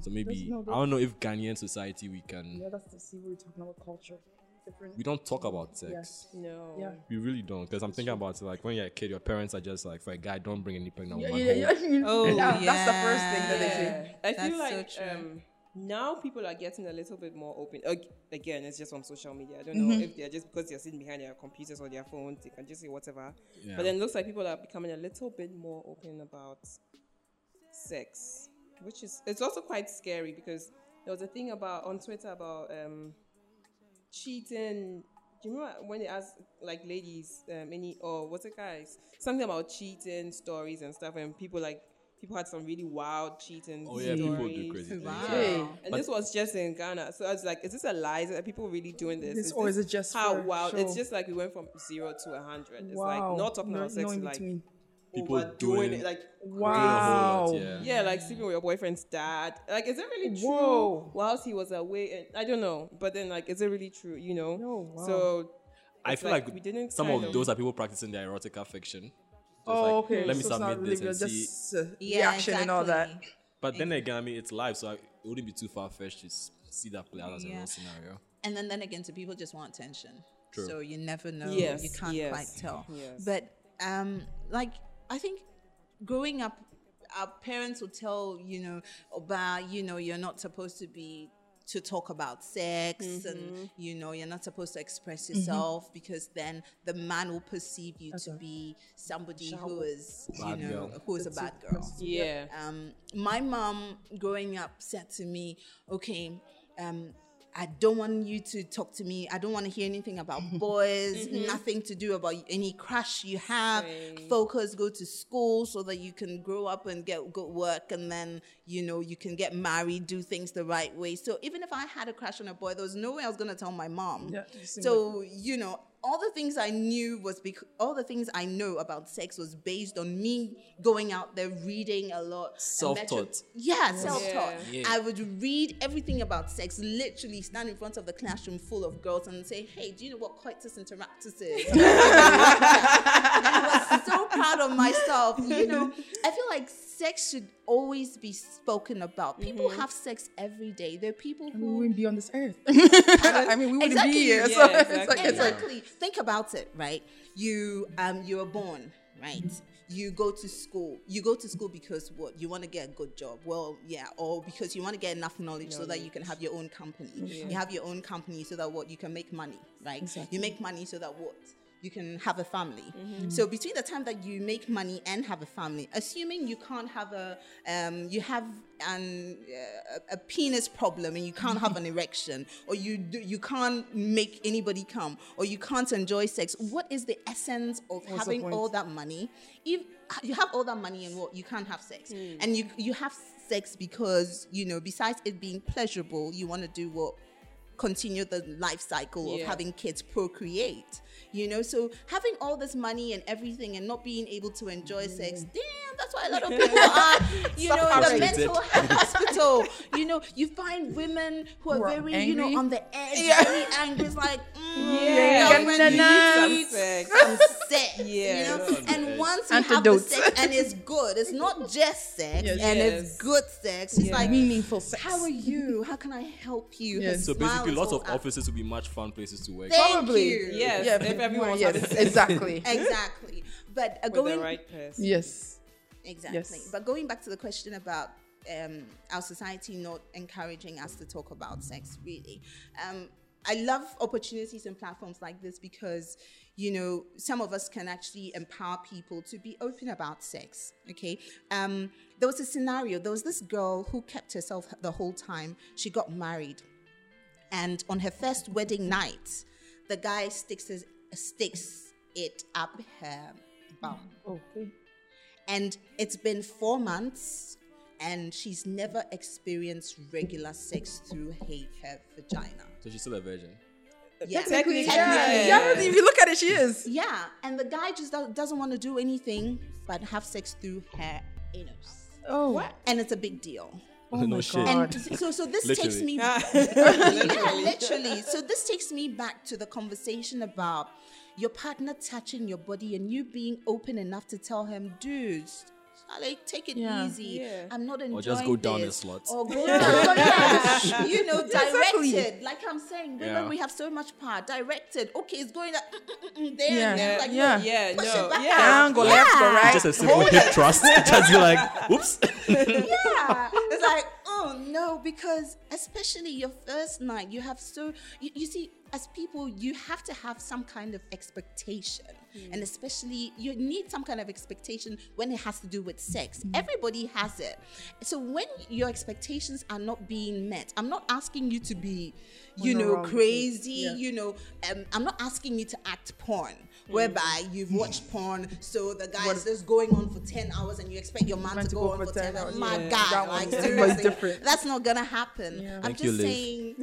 [SPEAKER 7] So maybe
[SPEAKER 9] no,
[SPEAKER 7] I don't know if Ghanaian society we can
[SPEAKER 9] Hmm. Yeah, that's the see we're talking about culture. Different.
[SPEAKER 7] we don't talk about sex.
[SPEAKER 6] No.
[SPEAKER 9] Yeah.
[SPEAKER 7] We really don't because I'm thinking about it like when you're a kid, your parents are just like for a guy, don't bring any pregnant
[SPEAKER 9] Yeah,
[SPEAKER 7] woman
[SPEAKER 9] yeah, yeah.
[SPEAKER 7] home.
[SPEAKER 9] Oh, yeah. That's the first thing that they
[SPEAKER 8] yeah.
[SPEAKER 9] say.
[SPEAKER 6] I
[SPEAKER 8] That's
[SPEAKER 6] feel
[SPEAKER 8] so
[SPEAKER 6] like
[SPEAKER 8] true.
[SPEAKER 6] um, now people are getting a little bit more open. Ag- Again, it's just from social media. I don't know
[SPEAKER 8] Mm-hmm.
[SPEAKER 6] if they're just because they're sitting behind their computers or their phones, they can just say whatever. But then it looks like people are becoming a little bit more open about sex, which is it's also quite scary because there was a thing about on Twitter about um, cheating. Do you remember when they asked like ladies, um, any or what's it guys, something about cheating stories and stuff, and people like people had some really wild cheating
[SPEAKER 7] Oh yeah,
[SPEAKER 6] stories.
[SPEAKER 7] people do crazy things.
[SPEAKER 8] Wow.
[SPEAKER 7] yeah.
[SPEAKER 6] And
[SPEAKER 7] But-
[SPEAKER 6] this was just in Ghana, so I was like, "Is this a lie? Are people really doing this?
[SPEAKER 9] This- or is it just
[SPEAKER 6] how
[SPEAKER 9] for
[SPEAKER 6] wild? It's
[SPEAKER 9] show?
[SPEAKER 6] just like we went from zero to a hundred. It's
[SPEAKER 9] Wow.
[SPEAKER 6] like not talking
[SPEAKER 9] No-
[SPEAKER 6] about sex,
[SPEAKER 9] no in
[SPEAKER 6] like
[SPEAKER 9] between.
[SPEAKER 7] People
[SPEAKER 6] people doing
[SPEAKER 7] doing-
[SPEAKER 6] it, like
[SPEAKER 7] Doing a whole
[SPEAKER 9] Wow.
[SPEAKER 7] lot, yeah.
[SPEAKER 6] yeah, like sleeping with your boyfriend's dad. Like, is it really true?
[SPEAKER 9] Whoa.
[SPEAKER 6] Whilst he was away, and I don't know. But then, like, is it really true? You know.
[SPEAKER 9] No, wow.
[SPEAKER 6] So
[SPEAKER 7] I
[SPEAKER 6] it's
[SPEAKER 7] feel
[SPEAKER 6] like
[SPEAKER 7] like,
[SPEAKER 6] we didn't
[SPEAKER 7] some
[SPEAKER 6] kind
[SPEAKER 7] of
[SPEAKER 6] of-
[SPEAKER 7] those are people practicing their erotica fiction. Just
[SPEAKER 9] Oh,
[SPEAKER 7] like,
[SPEAKER 9] okay.
[SPEAKER 7] Let me
[SPEAKER 9] so it's not
[SPEAKER 7] submit
[SPEAKER 9] really
[SPEAKER 7] this and
[SPEAKER 9] good,
[SPEAKER 7] see.
[SPEAKER 9] just uh,
[SPEAKER 8] Yeah,
[SPEAKER 9] reaction and all that.
[SPEAKER 8] exactly.
[SPEAKER 7] But then again, I mean, it's live, so I, it wouldn't be too far fetched to s- see that play out as a
[SPEAKER 8] Yeah.
[SPEAKER 7] real scenario.
[SPEAKER 8] And then, then again, so people just want attention.
[SPEAKER 7] True.
[SPEAKER 8] So you never know.
[SPEAKER 6] Yes,
[SPEAKER 8] you can't
[SPEAKER 6] yes,
[SPEAKER 8] quite tell.
[SPEAKER 6] yes.
[SPEAKER 8] But um, like I think growing up, our parents would tell you know, about you know, you're not supposed to be to talk about sex
[SPEAKER 6] Mm-hmm.
[SPEAKER 8] and you know you're not supposed to express yourself because then the man will perceive you to be somebody who is you
[SPEAKER 7] Bad
[SPEAKER 8] know
[SPEAKER 7] girl.
[SPEAKER 8] who is a bad girl
[SPEAKER 6] Yeah.
[SPEAKER 8] um, my mom growing up said to me, okay, um, I don't want you to talk to me. I don't want to hear anything about boys, nothing to do about any crush you have. Focus, go to school so that you can grow up and get good work and then, you know, you can get married, do things the right way. So even if I had a crush on a boy, there was no way I was going to tell my mom.
[SPEAKER 9] Yeah, it seemed
[SPEAKER 8] so, you know, all the things I knew was because all the things I know about sex was based on me going out there reading a lot. and
[SPEAKER 7] Self-taught.
[SPEAKER 8] metro- yeah, self taught.
[SPEAKER 7] Yeah.
[SPEAKER 8] I would read everything about sex, literally stand in front of the classroom full of girls and say, Hey, do you know what coitus interruptus is? And I was so proud of myself. You know, I feel like sex should always be spoken about. People have sex every day. There are people
[SPEAKER 9] Mm-hmm. we
[SPEAKER 8] who
[SPEAKER 9] wouldn't be on this earth. I mean, we wouldn't
[SPEAKER 8] Exactly.
[SPEAKER 9] be here.
[SPEAKER 6] Yeah,
[SPEAKER 9] so it's like,
[SPEAKER 6] exactly.
[SPEAKER 9] it's like
[SPEAKER 8] exactly think about it right you um you were born right you go to school you go to school because what you want to get a good job well yeah or because you want to get enough knowledge so that you can have your own company you have your own company so that what you can make money right you make money so that what you can have a family.
[SPEAKER 9] Mm-hmm.
[SPEAKER 8] So between the time that you make money and have a family, assuming you can't have a, um, you have an uh, a penis problem and you can't have an erection, or you do, you can't make anybody come, or you can't enjoy sex. What is the essence of having
[SPEAKER 9] point?
[SPEAKER 8] all that money? If you have all that money and what you can't have sex, and you you have sex because you know besides it being pleasurable, you want to do what continue the life cycle of
[SPEAKER 6] Yeah.
[SPEAKER 8] having kids procreate you know so having all this money and everything and not being able to enjoy sex
[SPEAKER 9] Mm-hmm.
[SPEAKER 8] damn that's why a lot of people are you know in the
[SPEAKER 7] Suffocated.
[SPEAKER 8] mental health hospital you know you find women who are
[SPEAKER 9] Who are
[SPEAKER 8] very you know
[SPEAKER 9] angry.
[SPEAKER 8] on the edge very angry it's like mm,
[SPEAKER 6] Yeah.
[SPEAKER 8] girlfriend,
[SPEAKER 9] Get
[SPEAKER 8] you
[SPEAKER 9] the
[SPEAKER 8] need some
[SPEAKER 6] nuts.
[SPEAKER 8] some sex, you
[SPEAKER 6] Yeah.
[SPEAKER 8] know? And once you
[SPEAKER 9] Antidotes.
[SPEAKER 8] have the sex and it's good, it's not just sex
[SPEAKER 9] Yes.
[SPEAKER 8] and
[SPEAKER 6] Yes.
[SPEAKER 8] it's good sex. It's like
[SPEAKER 9] meaningful sex.
[SPEAKER 8] how are you? How can I help you? Her
[SPEAKER 9] Yes.
[SPEAKER 7] So
[SPEAKER 8] smile
[SPEAKER 7] basically,
[SPEAKER 8] is
[SPEAKER 7] lots
[SPEAKER 8] all
[SPEAKER 7] of
[SPEAKER 8] up.
[SPEAKER 7] offices would be much fun places to work.
[SPEAKER 8] Thank
[SPEAKER 9] Probably.
[SPEAKER 8] you.
[SPEAKER 6] Yes.
[SPEAKER 9] Yeah,
[SPEAKER 6] if everyone
[SPEAKER 9] yes, exactly.
[SPEAKER 8] exactly. But uh,
[SPEAKER 6] with the
[SPEAKER 8] going
[SPEAKER 6] right person.
[SPEAKER 9] yes.
[SPEAKER 8] exactly.
[SPEAKER 9] Yes.
[SPEAKER 8] But going back to the question about um, our society not encouraging us to talk about sex, really, um, I love opportunities and platforms like this because you know some of us can actually empower people to be open about sex. Okay. Um, there was a scenario. There was this girl who kept herself the whole time. She got married. And on her first wedding night, the guy sticks his, sticks it up her bum.
[SPEAKER 9] Okay.
[SPEAKER 8] And it's been four months, and she's never experienced regular sex through her, her vagina.
[SPEAKER 7] So she's still a virgin.
[SPEAKER 8] Yeah.
[SPEAKER 6] Technically,
[SPEAKER 9] Yeah.
[SPEAKER 6] yeah.
[SPEAKER 9] If you look at it, she is.
[SPEAKER 8] Yeah, and the guy just do- doesn't want to do anything but have sex through her anus.
[SPEAKER 9] Oh. What?
[SPEAKER 8] And it's a big deal.
[SPEAKER 9] Oh
[SPEAKER 7] no shit.
[SPEAKER 8] And so, so this takes
[SPEAKER 7] Literally.
[SPEAKER 8] me yeah, literally. So this takes me back to the conversation about your partner touching your body and you being open enough to tell him, dude. Like take it
[SPEAKER 9] Yeah.
[SPEAKER 8] easy.
[SPEAKER 6] Yeah.
[SPEAKER 8] I'm not enjoying
[SPEAKER 7] Or just go down a
[SPEAKER 8] this."
[SPEAKER 7] slot.
[SPEAKER 8] Or go down. yeah. You know, directed.
[SPEAKER 9] exactly.
[SPEAKER 8] Like I'm saying, women
[SPEAKER 7] Yeah.
[SPEAKER 8] we have so much power. Directed. Okay, it's going like, mm, mm, mm, there.
[SPEAKER 9] Yeah.
[SPEAKER 8] And there. Like,
[SPEAKER 9] Yeah.
[SPEAKER 8] no,
[SPEAKER 6] Yeah,
[SPEAKER 8] push
[SPEAKER 6] no,
[SPEAKER 8] it back
[SPEAKER 6] yeah.
[SPEAKER 8] out.
[SPEAKER 9] Down, go left, go
[SPEAKER 8] Yeah.
[SPEAKER 9] right.
[SPEAKER 7] Just a simple hip thrust. just be like, oops.
[SPEAKER 8] yeah. It's like, oh no, because especially your first night, you have so you, you see, as people, you have to have some kind of expectation.
[SPEAKER 9] Hmm.
[SPEAKER 8] And especially you need some kind of expectation when it has to do with sex.
[SPEAKER 9] Hmm.
[SPEAKER 8] Everybody has it. So when your expectations are not being met, I'm not asking you to be, you
[SPEAKER 9] no
[SPEAKER 8] know,
[SPEAKER 9] wrong.
[SPEAKER 8] crazy,
[SPEAKER 9] Yeah.
[SPEAKER 8] you know, um, I'm not asking you to act porn. Whereby you've watched porn, so the guy is just going on for ten hours, and you expect your man
[SPEAKER 9] Man
[SPEAKER 8] to go, on for ten hours. My
[SPEAKER 9] Yeah,
[SPEAKER 8] God,
[SPEAKER 9] that one
[SPEAKER 8] like
[SPEAKER 9] is- that
[SPEAKER 8] seriously,
[SPEAKER 9] one's different.
[SPEAKER 8] that's not gonna happen. I'm
[SPEAKER 7] Thank
[SPEAKER 8] just
[SPEAKER 7] you, Liv.
[SPEAKER 8] saying.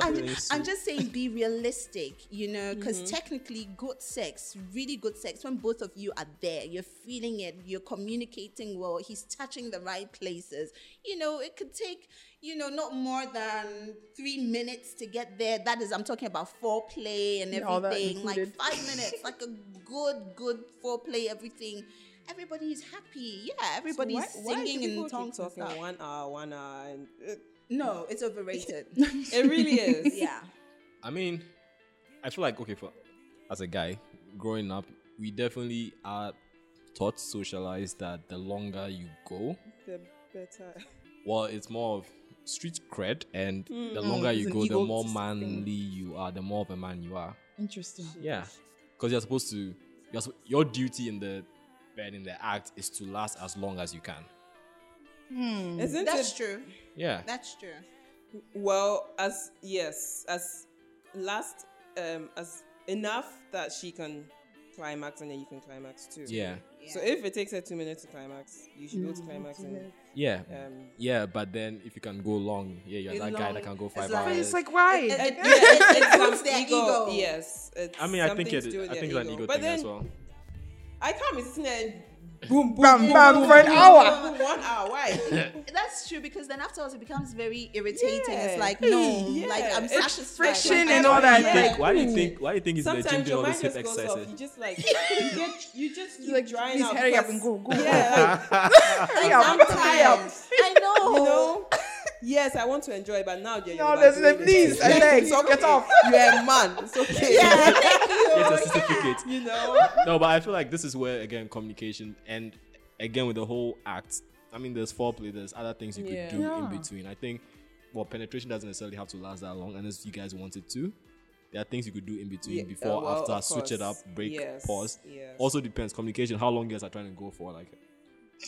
[SPEAKER 8] I'm, ju- I'm just saying, be realistic, you know, because
[SPEAKER 6] Mm-hmm.
[SPEAKER 8] technically, good sex, really good sex, when both of you are there, you're feeling it, you're communicating well, he's touching the right places. You know, it could take, you know, not more than three minutes to get there. That is, I'm talking about foreplay and
[SPEAKER 9] all that
[SPEAKER 8] everything, like
[SPEAKER 9] included.
[SPEAKER 8] five minutes, like a good, good foreplay, everything. Everybody's happy. Yeah, everybody's
[SPEAKER 6] Why, why do
[SPEAKER 8] singing
[SPEAKER 6] people
[SPEAKER 8] in
[SPEAKER 6] keep
[SPEAKER 8] tongues and
[SPEAKER 6] talking
[SPEAKER 8] stuff.
[SPEAKER 6] one hour, one hour? And it,
[SPEAKER 8] No, it's overrated.
[SPEAKER 6] it really is.
[SPEAKER 8] yeah.
[SPEAKER 7] I mean, I feel like okay, for as a guy growing up, we definitely are taught, socialized that the longer you go,
[SPEAKER 6] The better.
[SPEAKER 7] well, it's more of street cred, and the longer you
[SPEAKER 9] It's an
[SPEAKER 7] go, the more
[SPEAKER 9] egotistic
[SPEAKER 7] manly
[SPEAKER 9] thing.
[SPEAKER 7] you are, the more of a man you are.
[SPEAKER 9] Interesting.
[SPEAKER 7] Yeah, because you're supposed to. You're, sup- your duty in the bed in the act is to last as long as you can.
[SPEAKER 6] Isn't
[SPEAKER 8] That's
[SPEAKER 6] it?
[SPEAKER 8] true.
[SPEAKER 7] Yeah,
[SPEAKER 8] That's true.
[SPEAKER 6] Well, as yes, as last, um, as enough that she can climax and then you can climax too.
[SPEAKER 7] yeah,
[SPEAKER 6] So if it takes her two minutes to climax, you should
[SPEAKER 9] Mm-hmm.
[SPEAKER 6] go to climax and
[SPEAKER 7] yeah,
[SPEAKER 6] um,
[SPEAKER 7] yeah. But then if you can go long, yeah, you're that guy that can go five
[SPEAKER 8] like-
[SPEAKER 7] hours.
[SPEAKER 8] But
[SPEAKER 9] It's like why?
[SPEAKER 8] It-
[SPEAKER 6] Yeah,
[SPEAKER 8] it-
[SPEAKER 6] it-
[SPEAKER 8] it
[SPEAKER 6] it's
[SPEAKER 8] boosts
[SPEAKER 6] some
[SPEAKER 8] their ego.
[SPEAKER 6] Yes, it's
[SPEAKER 7] I mean, I
[SPEAKER 6] something
[SPEAKER 7] think
[SPEAKER 6] to
[SPEAKER 7] it.
[SPEAKER 6] do with
[SPEAKER 7] I
[SPEAKER 6] their
[SPEAKER 7] think it's an ego
[SPEAKER 6] but
[SPEAKER 7] thing
[SPEAKER 6] then
[SPEAKER 7] as well.
[SPEAKER 6] I can't be sitting there, boom, boom, boom,
[SPEAKER 9] bam,
[SPEAKER 6] boom,
[SPEAKER 9] for an
[SPEAKER 6] boom,
[SPEAKER 9] hour.
[SPEAKER 6] boom, one hour. Why?
[SPEAKER 8] That's true because then afterwards it becomes very irritating. It's
[SPEAKER 6] Yeah.
[SPEAKER 8] like no,
[SPEAKER 6] Yeah.
[SPEAKER 8] like I'm
[SPEAKER 6] It's
[SPEAKER 8] satisfied. with
[SPEAKER 9] friction
[SPEAKER 8] my
[SPEAKER 9] and all that.
[SPEAKER 8] body.
[SPEAKER 9] Like,
[SPEAKER 7] Like, why do you think? Why do you think he's like
[SPEAKER 6] Sometimes
[SPEAKER 7] doing
[SPEAKER 6] your
[SPEAKER 7] all
[SPEAKER 6] mind
[SPEAKER 7] these hip
[SPEAKER 6] just goes off.
[SPEAKER 7] exercises?
[SPEAKER 6] You just like you get, you just keep
[SPEAKER 9] like,
[SPEAKER 6] drying
[SPEAKER 9] please
[SPEAKER 6] out.
[SPEAKER 9] hurry up
[SPEAKER 6] because-
[SPEAKER 9] and go, go.
[SPEAKER 6] Yeah,
[SPEAKER 9] Hurry up.
[SPEAKER 6] I'm tired.
[SPEAKER 8] I know.
[SPEAKER 6] you know. Yes, I want to enjoy, but now you're
[SPEAKER 9] Oh. No, there's no
[SPEAKER 6] overdoing it.
[SPEAKER 9] please. I beg. So get off.
[SPEAKER 6] You're a man. It's okay.
[SPEAKER 7] It's a certificate.
[SPEAKER 6] You know.
[SPEAKER 7] no, but I feel like this is where again communication and again with the whole act. I mean, there's foreplay. There's other things you could
[SPEAKER 6] Yeah.
[SPEAKER 7] do in between. I think well, penetration doesn't necessarily have to last that long unless you guys wanted to. There are things you could do in between
[SPEAKER 6] Yeah, uh,
[SPEAKER 7] before,
[SPEAKER 6] well,
[SPEAKER 7] after,
[SPEAKER 6] of
[SPEAKER 7] switch it up,
[SPEAKER 6] course.
[SPEAKER 7] break,
[SPEAKER 6] Yes,
[SPEAKER 7] pause.
[SPEAKER 6] yes.
[SPEAKER 7] Also depends communication. How long you guys are trying to go for? Like,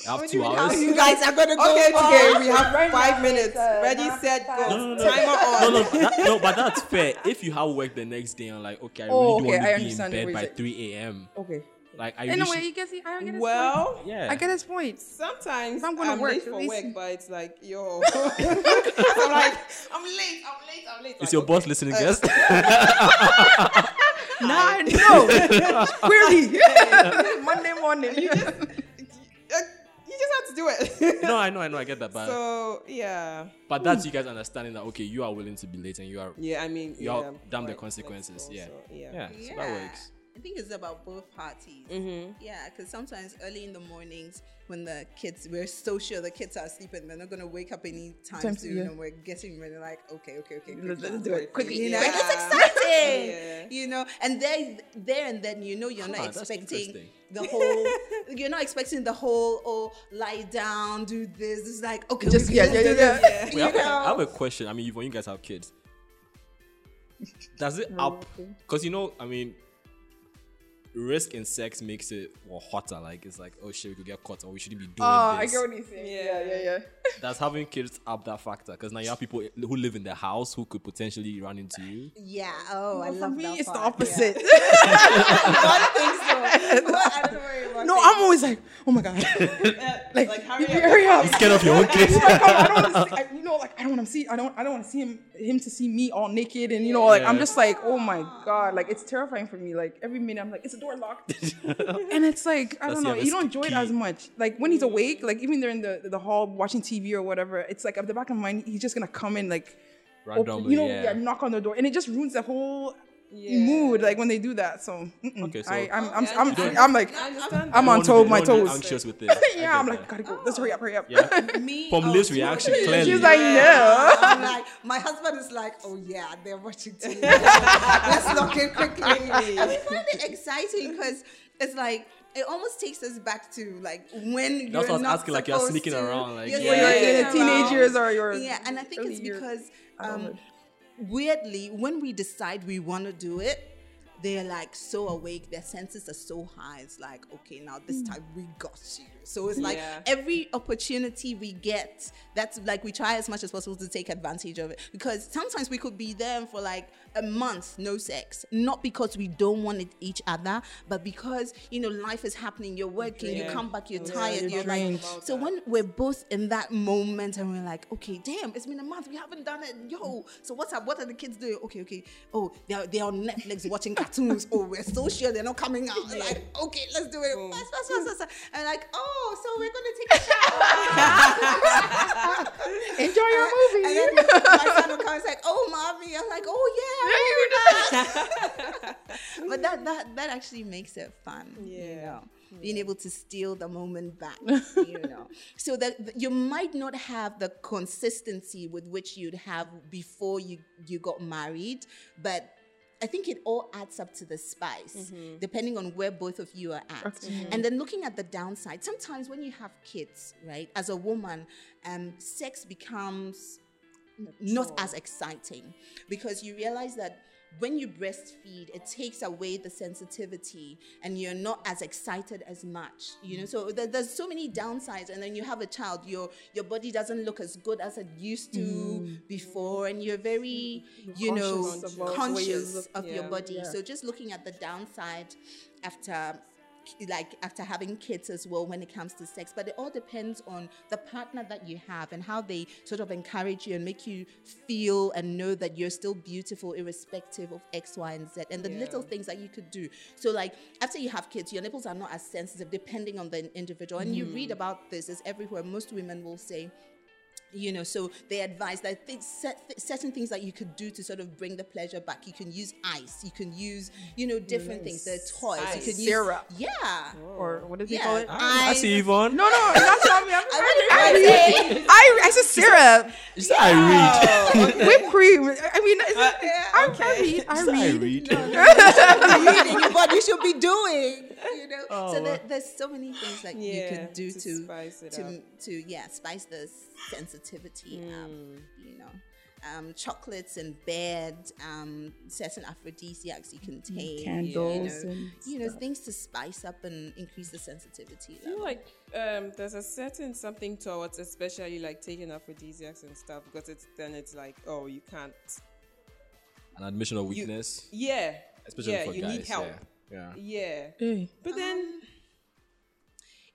[SPEAKER 7] half two
[SPEAKER 9] mean, how
[SPEAKER 7] hours.
[SPEAKER 9] you
[SPEAKER 6] guys are gonna go. Okay,
[SPEAKER 9] Oh,
[SPEAKER 6] okay. We have five minutes.
[SPEAKER 9] uh,
[SPEAKER 6] Ready,
[SPEAKER 9] now
[SPEAKER 6] set, go.
[SPEAKER 7] No, no, no.
[SPEAKER 6] Timer on.
[SPEAKER 7] no, no, that- no, but that's fair. If you have work the next day and like, okay, I really
[SPEAKER 9] Oh,
[SPEAKER 7] do
[SPEAKER 9] okay, I
[SPEAKER 7] want to be in
[SPEAKER 9] understand Oh.
[SPEAKER 7] bed
[SPEAKER 9] where
[SPEAKER 7] by
[SPEAKER 9] you're-
[SPEAKER 7] three a.m.
[SPEAKER 9] Okay.
[SPEAKER 7] Like, I
[SPEAKER 9] Anyway,
[SPEAKER 7] really
[SPEAKER 9] you get it. I get his point.
[SPEAKER 6] Well,
[SPEAKER 7] yeah.
[SPEAKER 9] I get his point.
[SPEAKER 6] sometimes
[SPEAKER 9] I'm gonna
[SPEAKER 6] I'm
[SPEAKER 9] work,
[SPEAKER 6] late
[SPEAKER 9] at
[SPEAKER 6] for
[SPEAKER 9] least-
[SPEAKER 6] work, but it's like, yo, I'm like, I'm late, I'm late, I'm late.
[SPEAKER 7] Is
[SPEAKER 6] Like,
[SPEAKER 7] your
[SPEAKER 6] okay.
[SPEAKER 7] boss listening,
[SPEAKER 9] Uh,
[SPEAKER 7] guys?
[SPEAKER 9] Nah, I know. Query. Monday morning.
[SPEAKER 6] Uh, You just have to do it.
[SPEAKER 7] no, I know, I know, I get that, but
[SPEAKER 6] so yeah,
[SPEAKER 7] but that's you guys understanding that okay, you are willing to be late and you are
[SPEAKER 6] yeah. I mean,
[SPEAKER 7] you are
[SPEAKER 6] yeah,
[SPEAKER 7] damn the
[SPEAKER 6] quite
[SPEAKER 7] consequences.
[SPEAKER 6] flexible,
[SPEAKER 7] Yeah.
[SPEAKER 6] so,
[SPEAKER 7] yeah,
[SPEAKER 6] yeah.
[SPEAKER 7] so that works.
[SPEAKER 8] I think it's about both parties.
[SPEAKER 9] Mm-hmm.
[SPEAKER 8] Yeah, because sometimes early in the mornings when the kids, we're so sure the kids are sleeping, they're not going to wake up any time
[SPEAKER 9] Time-
[SPEAKER 8] soon.
[SPEAKER 9] yeah.
[SPEAKER 8] And we're getting ready, like, okay, okay, okay.
[SPEAKER 9] Let's-
[SPEAKER 8] quick
[SPEAKER 9] let's
[SPEAKER 8] now,
[SPEAKER 9] do it quickly
[SPEAKER 8] You
[SPEAKER 9] now.
[SPEAKER 8] know, and it's exciting. You know, and there, there and then, you know, you're
[SPEAKER 7] on,
[SPEAKER 8] not
[SPEAKER 7] that's
[SPEAKER 8] expecting
[SPEAKER 7] interesting.
[SPEAKER 8] the whole, you're not expecting the whole, oh, lie down, do this. It's like, okay,
[SPEAKER 9] Just-
[SPEAKER 8] okay,
[SPEAKER 9] yeah,
[SPEAKER 8] let's
[SPEAKER 9] yeah,
[SPEAKER 8] do
[SPEAKER 9] yeah, yeah.
[SPEAKER 8] this.
[SPEAKER 7] Wait, I, have,
[SPEAKER 8] You
[SPEAKER 7] I have
[SPEAKER 8] know?
[SPEAKER 7] a question. I mean, you, when you guys have kids, does it
[SPEAKER 9] Oh,
[SPEAKER 7] up? Because you know, I mean, risk in sex makes it well, hotter. Like it's like, oh shit, we could get caught, or we shouldn't be doing
[SPEAKER 9] Oh, I
[SPEAKER 7] this.
[SPEAKER 9] get what he's saying.
[SPEAKER 6] Yeah.
[SPEAKER 9] yeah, yeah.
[SPEAKER 7] Does having kids up that factor? Because now you have people who live in the house who could potentially run into you.
[SPEAKER 8] Yeah, oh, I
[SPEAKER 9] Well, for
[SPEAKER 8] love
[SPEAKER 9] me,
[SPEAKER 8] that
[SPEAKER 9] it's the
[SPEAKER 8] part, yeah.
[SPEAKER 9] opposite.
[SPEAKER 8] I think so. Well, I don't worry about
[SPEAKER 9] No,
[SPEAKER 8] that.
[SPEAKER 9] I'm always like, oh my god, like,
[SPEAKER 6] Like, hurry
[SPEAKER 9] hurry,
[SPEAKER 6] up.
[SPEAKER 9] up.
[SPEAKER 7] Scared of your own kids.
[SPEAKER 9] Like, oh, I don't want to see, I, you know, like I don't want to see, I don't, I don't want to see him, him to see me all naked, and you know, like I'm
[SPEAKER 7] Yeah.
[SPEAKER 9] just like, oh my god, like it's terrifying for me. Like every minute, I'm like, is the door locked? and it's like I
[SPEAKER 7] Does
[SPEAKER 9] don't
[SPEAKER 7] he
[SPEAKER 9] know,
[SPEAKER 7] have a
[SPEAKER 9] you don't enjoy it
[SPEAKER 7] key?
[SPEAKER 9] as much. Like when he's awake, like even they're in the the hall watching TV or whatever, it's like at the back of my mind, he's just gonna come in like, open-
[SPEAKER 7] Randomly,
[SPEAKER 9] Oh, you know,
[SPEAKER 7] yeah.
[SPEAKER 9] knock on the door, and it just ruins the whole.
[SPEAKER 6] Yeah.
[SPEAKER 9] Mood like when they do that, so, mm-mm.
[SPEAKER 7] Okay, so-
[SPEAKER 9] I, I'm, I'm,
[SPEAKER 6] Yeah, I
[SPEAKER 9] I'm,
[SPEAKER 6] understand.
[SPEAKER 9] I'm, like,
[SPEAKER 6] I understand.
[SPEAKER 9] I'm
[SPEAKER 7] You
[SPEAKER 9] on
[SPEAKER 7] wanna
[SPEAKER 9] toe,
[SPEAKER 7] be-
[SPEAKER 9] my
[SPEAKER 7] you wanna be
[SPEAKER 9] toes.
[SPEAKER 7] Anxious with it. I get
[SPEAKER 9] yeah, I'm
[SPEAKER 7] that.
[SPEAKER 9] like, gotta go. Let's hurry up, hurry up.
[SPEAKER 7] Yeah.
[SPEAKER 8] Me,
[SPEAKER 7] From
[SPEAKER 8] oh,
[SPEAKER 7] Liv's
[SPEAKER 8] it's
[SPEAKER 7] reaction,
[SPEAKER 8] not-
[SPEAKER 7] clearly.
[SPEAKER 9] She's like, no.
[SPEAKER 8] I'm like, my husband is like, oh yeah, they're watching TV. Let's lock in quickly. And we find it exciting because it's like it almost takes us back to like when
[SPEAKER 7] That's what I
[SPEAKER 8] you're
[SPEAKER 7] was
[SPEAKER 8] not
[SPEAKER 7] asking, like, you're
[SPEAKER 8] supposed
[SPEAKER 7] sneaking
[SPEAKER 8] to-
[SPEAKER 7] around, like,
[SPEAKER 8] you're
[SPEAKER 7] yeah.
[SPEAKER 9] When you're
[SPEAKER 8] sneaking
[SPEAKER 9] in the
[SPEAKER 8] around.
[SPEAKER 9] teenagers or your
[SPEAKER 8] yeah, and I think it's
[SPEAKER 9] early years.
[SPEAKER 8] because
[SPEAKER 9] know.
[SPEAKER 8] um, weirdly, when we decide we want to do it, they're like so awake. Their senses are so high. It's like, okay, now this time we got you. So it's like
[SPEAKER 6] Yeah.
[SPEAKER 8] every opportunity we get, that's like we try as much as possible to take advantage of it. Because sometimes we could be there for like a month, no sex. Not because we don't want it each other, but because, you know, life is happening. You're working, you
[SPEAKER 6] Yeah.
[SPEAKER 8] come back, you're
[SPEAKER 6] Yeah,
[SPEAKER 8] tired,
[SPEAKER 9] you're
[SPEAKER 8] you're like.
[SPEAKER 9] drained.
[SPEAKER 8] So when we're both in that moment and we're like, okay, damn, it's been a month, we haven't done it, yo. So what's up? What are the kids doing? Okay, okay. Oh, they're they're on Netflix watching cartoons. Oh, we're so sure they're not coming out. Like, okay, let's do it. Fast, fast, fast, fast, fast. And like, oh, so we're gonna take a shower.
[SPEAKER 9] Enjoy your movie.
[SPEAKER 8] And then my son will come and say, "Oh, mommy," I'm like, "Oh yeah, yeah but that that that actually makes it fun. you
[SPEAKER 6] Yeah.
[SPEAKER 8] know? being able to steal the moment back. you know, so that that you might not have the consistency with which you'd have before you you got married, but I think it all adds up to the spice, depending on where both Mm-hmm. of you are at. And then looking at the downside, sometimes when you have kids, right, as a woman, um, sex becomes not as exciting because you realize that when you breastfeed it takes away the sensitivity and you're not as excited as much you know so there, there's so many downsides and then you have a child your your body doesn't look as good as it used to before and you're very you
[SPEAKER 6] Conscious
[SPEAKER 8] know
[SPEAKER 6] about the way you
[SPEAKER 8] conscious
[SPEAKER 6] look,
[SPEAKER 8] of your
[SPEAKER 6] yeah.
[SPEAKER 8] body so just looking at the downside after like after having kids as well when it comes to sex but it all depends on the partner that you have and how they sort of encourage you and make you feel and know that you're still beautiful irrespective of x y and z and the little things that you could do so like after you have kids your nipples are not as sensitive depending on the individual and you read about this it's everywhere most women will say you know so they advise that th- set, th- certain things that you could do to sort of bring the pleasure back you can use ice you can use you know different things the toys you
[SPEAKER 6] Ice.
[SPEAKER 8] could use
[SPEAKER 9] Syrup.
[SPEAKER 8] yeah
[SPEAKER 9] or what does he
[SPEAKER 8] yeah
[SPEAKER 9] call it?
[SPEAKER 7] I see Yvonne.
[SPEAKER 9] No, no, that's not me. I'm
[SPEAKER 8] I
[SPEAKER 9] sorry.
[SPEAKER 8] wouldn't
[SPEAKER 9] I-
[SPEAKER 8] mind saying-
[SPEAKER 9] I, I said syrup,
[SPEAKER 7] Is that I read?
[SPEAKER 9] whipped cream. I mean, it's,
[SPEAKER 6] Uh,
[SPEAKER 9] I, I read, I
[SPEAKER 7] Is that I
[SPEAKER 9] read.
[SPEAKER 7] read?
[SPEAKER 8] reading is what you should be doing. You know, so
[SPEAKER 9] Oh.
[SPEAKER 8] there, there's so many things that you
[SPEAKER 6] Yeah,
[SPEAKER 8] can do
[SPEAKER 6] to
[SPEAKER 8] to
[SPEAKER 6] spice it
[SPEAKER 8] to,
[SPEAKER 6] up.
[SPEAKER 8] to yeah spice the sensitivity up. You know. Um, chocolates in bed, um, certain aphrodisiacs you can take,
[SPEAKER 9] candles
[SPEAKER 8] you know,
[SPEAKER 9] and
[SPEAKER 8] you know things to spice up and increase the sensitivity.
[SPEAKER 6] I feel
[SPEAKER 8] level.
[SPEAKER 6] like um, there's a certain something towards, especially like taking aphrodisiacs and stuff, because it's then it's like, oh, you can't.
[SPEAKER 7] An admission of weakness,
[SPEAKER 6] Yeah,
[SPEAKER 7] especially
[SPEAKER 6] yeah,
[SPEAKER 7] for
[SPEAKER 6] you
[SPEAKER 7] guys.
[SPEAKER 6] need help.
[SPEAKER 7] Yeah. yeah.
[SPEAKER 6] Yeah,
[SPEAKER 9] Hey,
[SPEAKER 6] but then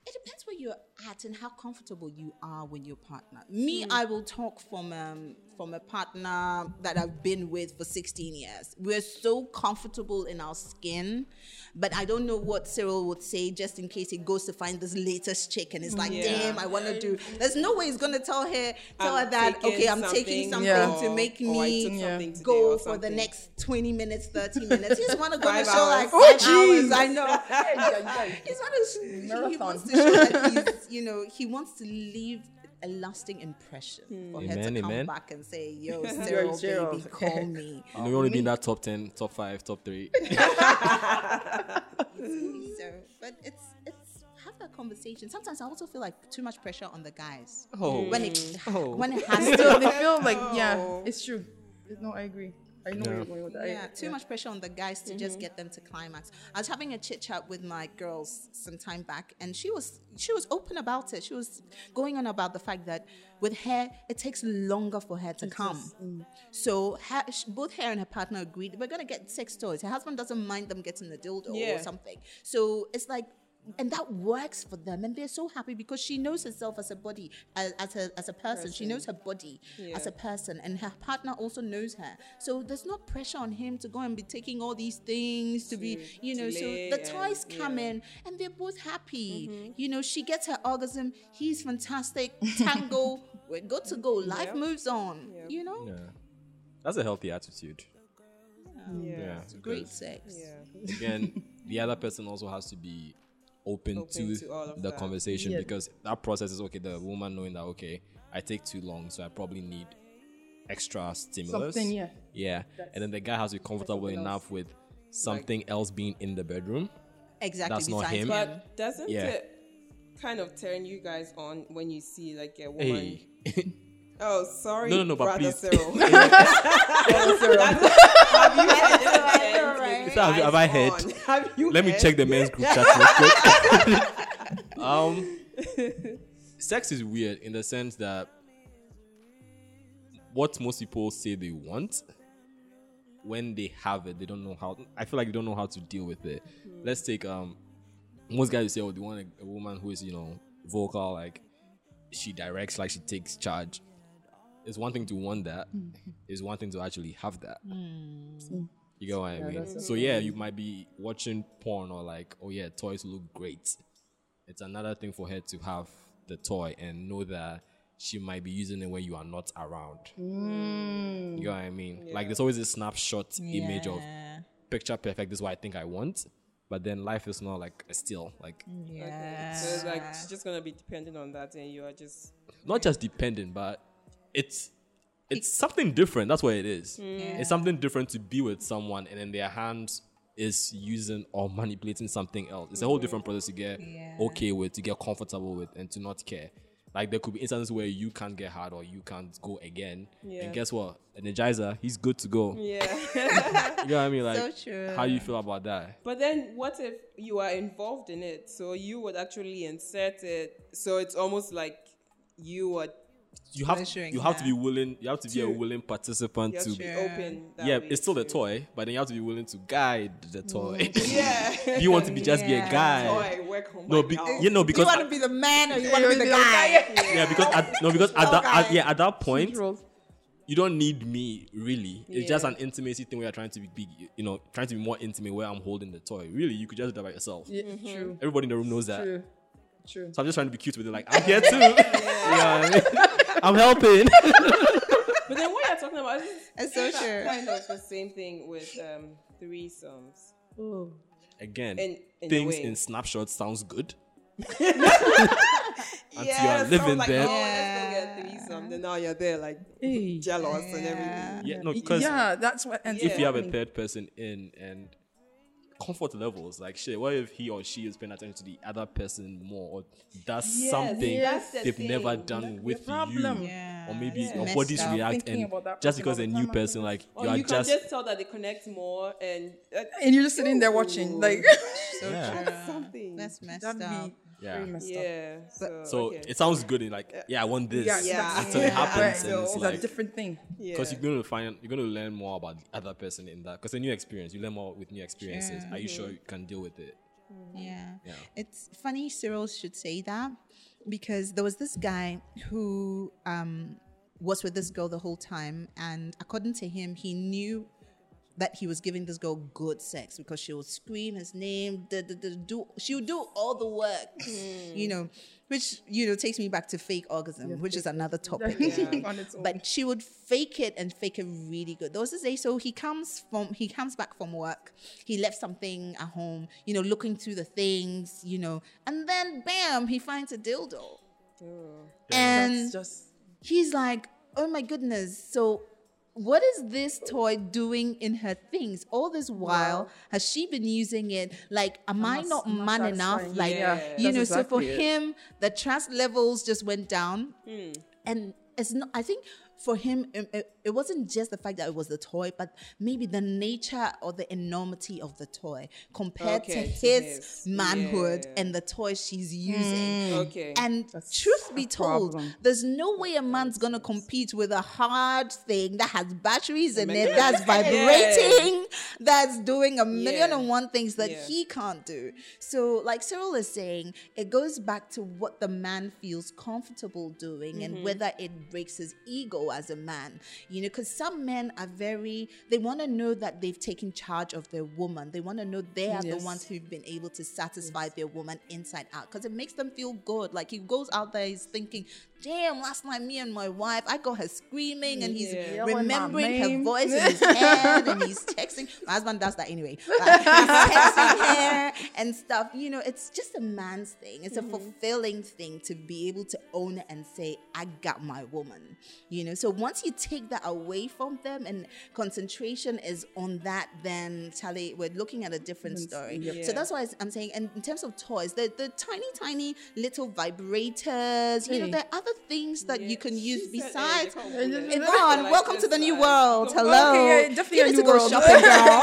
[SPEAKER 8] it depends where you're at and how comfortable you are with your partner. Me,
[SPEAKER 6] Hmm.
[SPEAKER 8] I will talk from um, from a partner that I've been with for 16 years. We're so comfortable in our skin, but I don't know what Cyril would say just in case he goes to find this latest chick and it's like,
[SPEAKER 6] Yeah.
[SPEAKER 8] damn, I want to do. There's no way he's gonna tell her tell
[SPEAKER 6] I'm
[SPEAKER 8] her that
[SPEAKER 6] taking
[SPEAKER 8] okay, I'm taking something
[SPEAKER 6] something
[SPEAKER 9] Yeah.
[SPEAKER 8] to make
[SPEAKER 6] or I took
[SPEAKER 8] me
[SPEAKER 6] something today
[SPEAKER 8] go
[SPEAKER 6] or
[SPEAKER 8] for the
[SPEAKER 6] something.
[SPEAKER 8] next 20 minutes, 30 minutes. He just want to go
[SPEAKER 6] Five
[SPEAKER 8] to show like
[SPEAKER 6] hours.
[SPEAKER 8] five
[SPEAKER 9] Oh,
[SPEAKER 8] hours.
[SPEAKER 9] jeez.
[SPEAKER 8] I know. He's not a, he wants to show that he's, you know, he wants to leave a lasting impression for her
[SPEAKER 7] Amen,
[SPEAKER 8] to come
[SPEAKER 7] amen.
[SPEAKER 8] back and say, Hmm. yo, Cyril,
[SPEAKER 9] Gerald.
[SPEAKER 8] baby, call me.
[SPEAKER 7] You know, we only be in that top ten, top five, top three.
[SPEAKER 8] so, but it's, it's, have that conversation. Sometimes I also feel like too much pressure on the guys.
[SPEAKER 7] Oh.
[SPEAKER 8] When it, when it has
[SPEAKER 9] so
[SPEAKER 8] to.
[SPEAKER 9] they feel like
[SPEAKER 6] Oh.
[SPEAKER 9] yeah, it's true. No, I agree. I know where you're going with that. I-
[SPEAKER 8] Yeah, uh, Mm-hmm. too much pressure on the guys to just get them to climax. I was having a chit chat with my girls some time back, and she was she was open about it. She was going on about the fact that with her, it takes longer for her to come. So her, sh- both her and her partner agreed we're gonna get sex toys. Her husband doesn't mind them getting a dildo or
[SPEAKER 6] Yeah.
[SPEAKER 8] something. So it's like. And that works for them, and they're so happy because she knows herself as a body, as, as a as a person. She knows her body as a person, and her partner also knows her. So there's no pressure on him to go and be taking all these things to, be, you know. So
[SPEAKER 6] lay
[SPEAKER 8] the
[SPEAKER 6] and-
[SPEAKER 8] toys come in, and they're both happy. You know, she gets her orgasm. He's fantastic. Tango, we're good to go. Life moves on. You know,
[SPEAKER 7] yeah. That's a healthy attitude. Yeah.
[SPEAKER 8] great sex.
[SPEAKER 7] again, the other person also has to be open, to,
[SPEAKER 6] to all of
[SPEAKER 7] the
[SPEAKER 6] that.
[SPEAKER 7] conversation because that process is okay. The woman knowing that okay, I take too long, so I probably need extra stimulus.
[SPEAKER 9] Something, yeah.
[SPEAKER 7] Yeah, and then the guy has to be comfortable enough with something else being in the bedroom.
[SPEAKER 8] Exactly.
[SPEAKER 7] That's not
[SPEAKER 8] besides
[SPEAKER 7] him.
[SPEAKER 8] that.
[SPEAKER 6] but doesn't
[SPEAKER 7] Yeah.
[SPEAKER 6] it kind of turn you guys on when you see like a woman?
[SPEAKER 7] Hey,
[SPEAKER 6] Oh, sorry,
[SPEAKER 7] No, no, no, but
[SPEAKER 6] brother
[SPEAKER 7] please.
[SPEAKER 6] Cyril. Brother Cyril. Have you had your hands with
[SPEAKER 7] So have- have I
[SPEAKER 6] eyes
[SPEAKER 7] had-
[SPEAKER 6] on? Have you
[SPEAKER 7] let me
[SPEAKER 6] had?
[SPEAKER 7] check the men's group chat real quick. um, sex is weird in the sense that what most people say they want when they have it, they don't know how. I feel like they don't know how to deal with it. Let's take um, most guys say, "Oh, they want a, a woman who is you know vocal, like she directs, like she takes charge." It's one thing to want that. It's one thing to actually have that. You get what I mean? So yeah, you might be watching porn or like, oh yeah, toys look great. It's another thing for her to have the toy and know that she might be using it when you are not around. You know what I mean? Like there's always a snapshot image of picture perfect. This is what I think I want, but then life is not like a still. Like
[SPEAKER 6] Okay, So it's like she's just gonna be dependent on that, and you are just
[SPEAKER 7] not just dependent, but it's it's something different. That's what it is. It's something different to be with someone, and then their hand is using or manipulating something else. It's a whole different process to get okay with, to get comfortable with, and to not care. Like there could be instances where you can't get hard or you can't go again.
[SPEAKER 6] Yeah.
[SPEAKER 7] And guess what? Energizer, he's good to go.
[SPEAKER 6] Yeah.
[SPEAKER 7] You know what I mean? Like,
[SPEAKER 8] true.
[SPEAKER 7] how do you feel about that?
[SPEAKER 6] but then what if you are involved in it? So you would actually insert it. So it's almost like you are
[SPEAKER 7] You have
[SPEAKER 8] Measuring
[SPEAKER 7] you have to
[SPEAKER 8] that.
[SPEAKER 7] be willing. You have to be a
[SPEAKER 6] To-
[SPEAKER 7] willing participant
[SPEAKER 6] you have
[SPEAKER 7] to.
[SPEAKER 6] to be open. That
[SPEAKER 7] yeah,
[SPEAKER 6] way
[SPEAKER 7] it's still the
[SPEAKER 6] too.
[SPEAKER 7] toy, but then you have to be willing to guide the toy.
[SPEAKER 6] Yeah.
[SPEAKER 7] Do you want to be just be a
[SPEAKER 8] Yeah.
[SPEAKER 7] guy?
[SPEAKER 6] toy Oh, work home.
[SPEAKER 7] No,
[SPEAKER 6] by
[SPEAKER 7] be,
[SPEAKER 6] now.
[SPEAKER 7] you know
[SPEAKER 8] Do you
[SPEAKER 7] because
[SPEAKER 8] want to be the man or you want to be the
[SPEAKER 9] the
[SPEAKER 8] guy?
[SPEAKER 7] yeah because at, no because at
[SPEAKER 8] Slow
[SPEAKER 7] that at,
[SPEAKER 8] guy.
[SPEAKER 7] yeah at that point
[SPEAKER 9] Control.
[SPEAKER 7] you don't need me really. It's just
[SPEAKER 6] Yeah.
[SPEAKER 7] an intimacy thing where you're trying to be, be you know trying to be more intimate where I'm holding the toy. Really, you could just do that by yourself.
[SPEAKER 9] Yeah,
[SPEAKER 6] Mm-hmm.
[SPEAKER 9] True.
[SPEAKER 7] Everybody in the room knows that.
[SPEAKER 9] True. True.
[SPEAKER 7] So I'm just trying to be cute with it. Like I'm here too. yeah. I am helping.
[SPEAKER 6] But then what you're talking about is
[SPEAKER 8] It's so true.
[SPEAKER 6] kind of the same thing with um, threesomes.
[SPEAKER 7] Again,
[SPEAKER 6] In- in a
[SPEAKER 7] things
[SPEAKER 6] way.
[SPEAKER 7] in snapshots sounds good. Until
[SPEAKER 6] yeah,
[SPEAKER 7] you are living
[SPEAKER 6] like,
[SPEAKER 7] there.
[SPEAKER 6] Oh, let's go get threesome. Then now you're there, like
[SPEAKER 9] Hey.
[SPEAKER 6] jealous and everything.
[SPEAKER 7] Yeah, no, because
[SPEAKER 9] Yeah, that's what. ends
[SPEAKER 6] If
[SPEAKER 7] if
[SPEAKER 9] up
[SPEAKER 7] you have a
[SPEAKER 9] happening.
[SPEAKER 7] third person in and comfort levels, like shit, what if he or she is paying attention to the other person more or does
[SPEAKER 6] Yes,
[SPEAKER 7] something
[SPEAKER 6] that's the
[SPEAKER 7] they've never
[SPEAKER 6] thing.
[SPEAKER 7] done
[SPEAKER 9] the
[SPEAKER 7] with
[SPEAKER 9] problem.
[SPEAKER 7] you?
[SPEAKER 8] Yeah.
[SPEAKER 7] Or maybe
[SPEAKER 8] it's
[SPEAKER 7] your
[SPEAKER 8] messed
[SPEAKER 7] bodies
[SPEAKER 8] up.
[SPEAKER 7] react
[SPEAKER 9] Thinking
[SPEAKER 7] and
[SPEAKER 9] about that
[SPEAKER 7] just
[SPEAKER 9] person
[SPEAKER 7] because
[SPEAKER 9] all the
[SPEAKER 7] a new
[SPEAKER 9] time, oh,
[SPEAKER 7] person, like
[SPEAKER 6] Or
[SPEAKER 7] you are
[SPEAKER 6] you can
[SPEAKER 7] just,
[SPEAKER 6] just tell that they connect more and uh,
[SPEAKER 9] and you're just sitting there watching, like
[SPEAKER 8] So
[SPEAKER 7] Yeah.
[SPEAKER 8] true.
[SPEAKER 6] something.
[SPEAKER 8] That's messed
[SPEAKER 9] that'd
[SPEAKER 8] up.
[SPEAKER 9] be very
[SPEAKER 7] Yeah.
[SPEAKER 9] messed up.
[SPEAKER 6] um, yeah. So,
[SPEAKER 7] so
[SPEAKER 6] okay.
[SPEAKER 7] it sounds good and like yeah, I want this.
[SPEAKER 9] Yeah,
[SPEAKER 6] Yeah.
[SPEAKER 7] until it
[SPEAKER 9] yeah.
[SPEAKER 7] happens
[SPEAKER 9] Right.
[SPEAKER 7] and it's
[SPEAKER 9] It's a
[SPEAKER 7] like
[SPEAKER 9] different thing.
[SPEAKER 6] yeah.
[SPEAKER 7] because you're gonna find you're gonna learn more about the other person in that because a new experience you learn more with new experiences. Are you sure you can deal with it?
[SPEAKER 8] Yeah. It's funny Cyril should say that because there was this guy who um, was with this girl the whole time. And according to him, he knew that he was giving this girl good sex because she would scream his name, da, da, da, do, she would do all the work, you know, which, you know, takes me back to fake orgasm, which is another topic.
[SPEAKER 9] On its own.
[SPEAKER 8] But she would fake it and fake it really good. There was this day, so he comes from he comes back from work. He left something at home, you know, looking through the things, you know, and then bam, he finds a dildo, and
[SPEAKER 9] That's just
[SPEAKER 8] he's like, "Oh my goodness!" So, what is this toy doing in her things? All this while, has she been using it? Like, am I
[SPEAKER 9] not-
[SPEAKER 8] not
[SPEAKER 9] not
[SPEAKER 8] man enough?
[SPEAKER 9] satisfying.
[SPEAKER 8] Like,
[SPEAKER 9] Yeah,
[SPEAKER 8] you
[SPEAKER 9] that's
[SPEAKER 8] know. so for
[SPEAKER 9] exactly it. Hmm.
[SPEAKER 8] him, the trust levels just went down and it's not i think for him it, it- it wasn't just the fact that it was the toy but maybe the nature or the enormity of the toy compared to
[SPEAKER 6] Okay, to
[SPEAKER 8] his
[SPEAKER 6] his.
[SPEAKER 8] manhood
[SPEAKER 6] Yeah.
[SPEAKER 8] and the toy she's
[SPEAKER 9] Hmm.
[SPEAKER 8] using
[SPEAKER 6] okay.
[SPEAKER 8] and truth be told
[SPEAKER 9] problem.
[SPEAKER 8] there's no way a man's gonna compete with a hard thing that has batteries in it
[SPEAKER 6] million-
[SPEAKER 8] that's vibrating that's doing a million
[SPEAKER 6] Yeah.
[SPEAKER 8] and one things that
[SPEAKER 6] Yeah.
[SPEAKER 8] he can't do so like cyril is saying it goes back to what the man feels comfortable doing
[SPEAKER 6] Mm-hmm.
[SPEAKER 8] and whether it breaks his ego as a man you know because some men are very they want to know that they've taken charge of their woman they want to know they are the ones who've been able to satisfy their woman inside out because it makes them feel good like he goes out there he's thinking damn last night me and my wife i got her screaming and he's
[SPEAKER 6] Yeah.
[SPEAKER 9] Yelling my
[SPEAKER 8] remembering her
[SPEAKER 9] name.
[SPEAKER 8] voice in his head and he's texting my husband does that anyway but he's texting her and stuff you know it's just a man's thing it's a fulfilling thing to be able to own and say i got my woman you know so once you take that away from them and concentration is on that then Charlie, we're looking at a different story so
[SPEAKER 6] Yeah.
[SPEAKER 8] that's why i'm saying and in terms of toys the, the tiny tiny little vibrators you know
[SPEAKER 9] Hey.
[SPEAKER 8] there are other things that you can use besides
[SPEAKER 9] It's
[SPEAKER 8] Yvonne, welcome to the new world. Hello.
[SPEAKER 9] Okay, yeah, definitely
[SPEAKER 8] you
[SPEAKER 9] a
[SPEAKER 8] need
[SPEAKER 9] new
[SPEAKER 8] to go
[SPEAKER 9] world. um,
[SPEAKER 8] shopping, girl.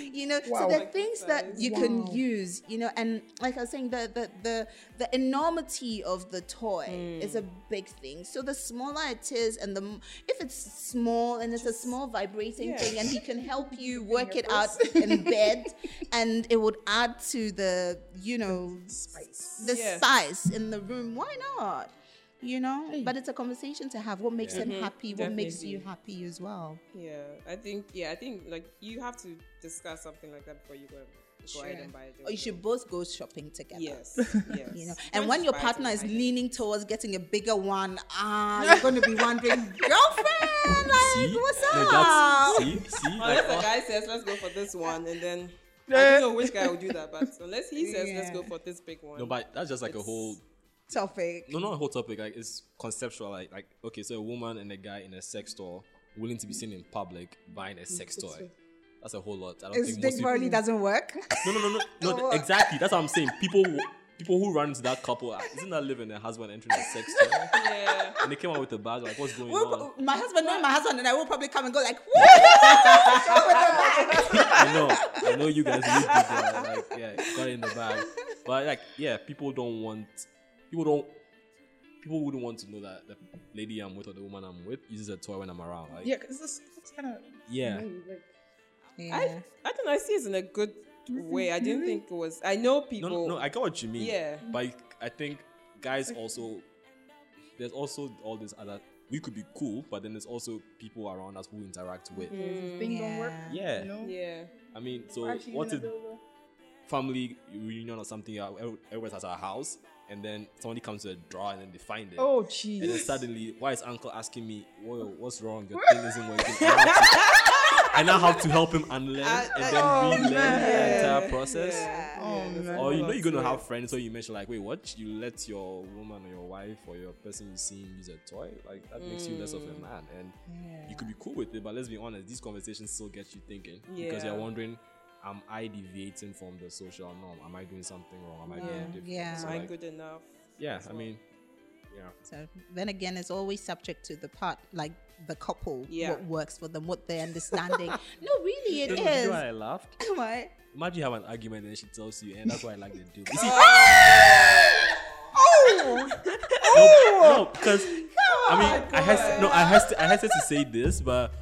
[SPEAKER 8] you know, so
[SPEAKER 9] Wow.
[SPEAKER 8] there are things that you can use, you know, and like I was saying, the the the, the enormity of the toy is
[SPEAKER 9] Mm.
[SPEAKER 8] a big thing. So the smaller it is, and the m- if it's small and it's a small vibrating thing, and he can help you work it out in bed, and it would add to the you know
[SPEAKER 9] spice.
[SPEAKER 8] the
[SPEAKER 6] Yeah.
[SPEAKER 8] spice in the room. Why not? You know, but it's a conversation to have. What makes them
[SPEAKER 9] Mm-hmm.
[SPEAKER 8] happy? What makes you happy as well?
[SPEAKER 6] Yeah, I think yeah, I think like you have to discuss something like that before you go, go ahead and buy it.
[SPEAKER 8] Or Oh, you should both go shopping together.
[SPEAKER 6] Yes, yes.
[SPEAKER 8] You know,
[SPEAKER 6] Don't
[SPEAKER 8] and when
[SPEAKER 6] just
[SPEAKER 8] your
[SPEAKER 6] buy it
[SPEAKER 8] partner
[SPEAKER 6] and
[SPEAKER 8] is
[SPEAKER 6] hide it.
[SPEAKER 8] leaning towards getting a bigger one, ah, you're going to be wondering, girlfriend, like,
[SPEAKER 7] See?
[SPEAKER 8] what's
[SPEAKER 7] Like,
[SPEAKER 8] up?
[SPEAKER 7] that's- see, see, like, oh,
[SPEAKER 6] unless the guy says let's go for this one, and then I don't know which guy will do that, but unless he says let's go for this big one,
[SPEAKER 7] No, but that's just like a whole
[SPEAKER 8] topic.
[SPEAKER 7] no, not a whole topic. Like it's conceptual. Like, like okay, so a woman and a guy in a sex store willing to be seen in public buying a sex toy. That's a whole lot. I don't
[SPEAKER 8] It's
[SPEAKER 7] think
[SPEAKER 8] Dick
[SPEAKER 7] most people.
[SPEAKER 8] Verley doesn't work.
[SPEAKER 7] No, no, no, no, no. exactly. That's what I'm saying. People, who- people who run into that couple, uh, isn't that living their husband entering a sex store?
[SPEAKER 6] Yeah.
[SPEAKER 7] And they came out with a badge. Like, what's going
[SPEAKER 8] We'll
[SPEAKER 7] on?
[SPEAKER 8] pro- my husband knowing my husband and I will probably come and go like, "Woo!"
[SPEAKER 7] I know, I know you guys need that. Like, yeah, got it in the bag. But like, yeah, people don't want, people don't, people wouldn't want to know that the lady I'm with or the woman I'm with uses a toy when I'm around. Like,
[SPEAKER 9] Yeah, because this it's kind of
[SPEAKER 7] yeah.
[SPEAKER 6] I, I don't know. I see it in a good way. I didn't think it was. I know
[SPEAKER 7] No,
[SPEAKER 6] people.
[SPEAKER 7] no, no, I get what you mean.
[SPEAKER 6] Yeah.
[SPEAKER 7] But I think guys also, there's also all this other. We could be cool, but then there's also people around us who
[SPEAKER 9] Mm,
[SPEAKER 7] interact with.
[SPEAKER 9] thing don't work.
[SPEAKER 7] Yeah.
[SPEAKER 9] You know?
[SPEAKER 6] Yeah.
[SPEAKER 7] I mean, so
[SPEAKER 9] Or actually
[SPEAKER 7] what
[SPEAKER 9] even
[SPEAKER 7] if
[SPEAKER 9] a bit over.
[SPEAKER 7] family reunion or something? uh, every- Everybody's at our house, and then somebody comes to a drawer and then they find it.
[SPEAKER 9] Oh
[SPEAKER 7] And then
[SPEAKER 9] jeez.
[SPEAKER 7] suddenly, why is uncle asking me, Whoa, what's wrong? Your thing isn't working. I now have to- I now have to help him unlearn and then relearn the entire process.
[SPEAKER 9] Oh man.
[SPEAKER 7] Or you know you're gonna have friends, so you mention like, wait, what? You let your woman or your wife or your person you see use a toy? Like that makes you less of a man, and you could be cool with it. But let's be honest, these conversations still get you thinking because
[SPEAKER 6] Yeah.
[SPEAKER 7] you're wondering, am I deviating from the social norm? Am I doing something wrong? Am I doing different?
[SPEAKER 8] Yeah.
[SPEAKER 7] So,
[SPEAKER 6] Am I
[SPEAKER 7] like,
[SPEAKER 6] good enough?
[SPEAKER 7] yeah, I mean, yeah.
[SPEAKER 8] So then again, it's always subject to the part like the couple,
[SPEAKER 6] Yeah.
[SPEAKER 8] what works for them, what they're understanding. no, really, it
[SPEAKER 7] You
[SPEAKER 8] is.
[SPEAKER 7] know why I laughed?
[SPEAKER 8] Why?
[SPEAKER 7] Imagine you have an argument and she tells you, and that's why I like the dude. You see,
[SPEAKER 8] Oh,
[SPEAKER 7] no, because I mean, I has, no, I has to, I hesitate to say this, but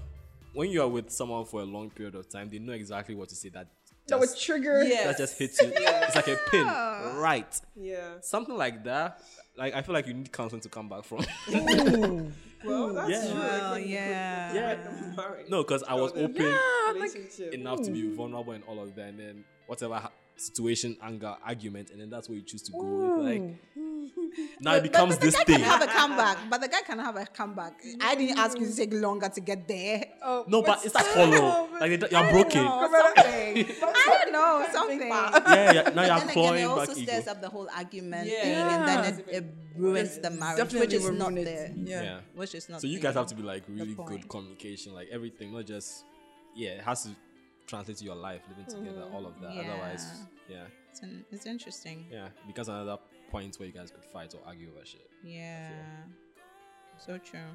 [SPEAKER 7] when you are with someone for a long period of time, they know exactly what to say. That
[SPEAKER 9] That would
[SPEAKER 7] just,
[SPEAKER 9] trigger.
[SPEAKER 6] Yeah.
[SPEAKER 7] that just hits you. It's like a pin, right?
[SPEAKER 6] Yeah.
[SPEAKER 7] Something like that. Like I feel like you need counseling to come back from.
[SPEAKER 6] Well, Oh, that's
[SPEAKER 7] Yeah.
[SPEAKER 6] true. I think
[SPEAKER 8] yeah.
[SPEAKER 7] yeah.
[SPEAKER 6] it's married.
[SPEAKER 7] No, because I was
[SPEAKER 6] Well,
[SPEAKER 7] open
[SPEAKER 6] relationship.
[SPEAKER 7] enough to be vulnerable and all of that, and then whatever ha- situation, anger, argument, and then that's what you choose to go with. Like now it becomes
[SPEAKER 8] but the
[SPEAKER 7] this
[SPEAKER 8] guy
[SPEAKER 7] thing.
[SPEAKER 8] can have a comeback, but the guy can have a comeback. I didn't ask
[SPEAKER 6] Mm.
[SPEAKER 8] you to take longer to get there.
[SPEAKER 9] Oh,
[SPEAKER 7] No, but it's that hollow. Like they don't- you're broken.
[SPEAKER 8] Or something. I don't know something.
[SPEAKER 7] Yeah, yeah. Now
[SPEAKER 8] But
[SPEAKER 7] you're
[SPEAKER 8] then
[SPEAKER 7] clawing
[SPEAKER 8] again, it also
[SPEAKER 7] back ego.
[SPEAKER 8] stirs up the whole argument
[SPEAKER 6] Yeah.
[SPEAKER 8] thing, and then it, it ruins the marriage,
[SPEAKER 9] definitely
[SPEAKER 8] which is
[SPEAKER 9] will
[SPEAKER 8] not
[SPEAKER 9] ruin it.
[SPEAKER 8] there.
[SPEAKER 9] Yeah.
[SPEAKER 7] Yeah.
[SPEAKER 8] Which is not.
[SPEAKER 7] So you
[SPEAKER 8] there.
[SPEAKER 7] guys have to be like really
[SPEAKER 8] point.
[SPEAKER 7] good communication, like everything, not just yeah, it has to translate to your life, living together, all of that. Otherwise, yeah,
[SPEAKER 8] It's, an- it's interesting.
[SPEAKER 7] yeah, it becomes another point where you guys could fight or argue over shit.
[SPEAKER 8] Yeah. So true.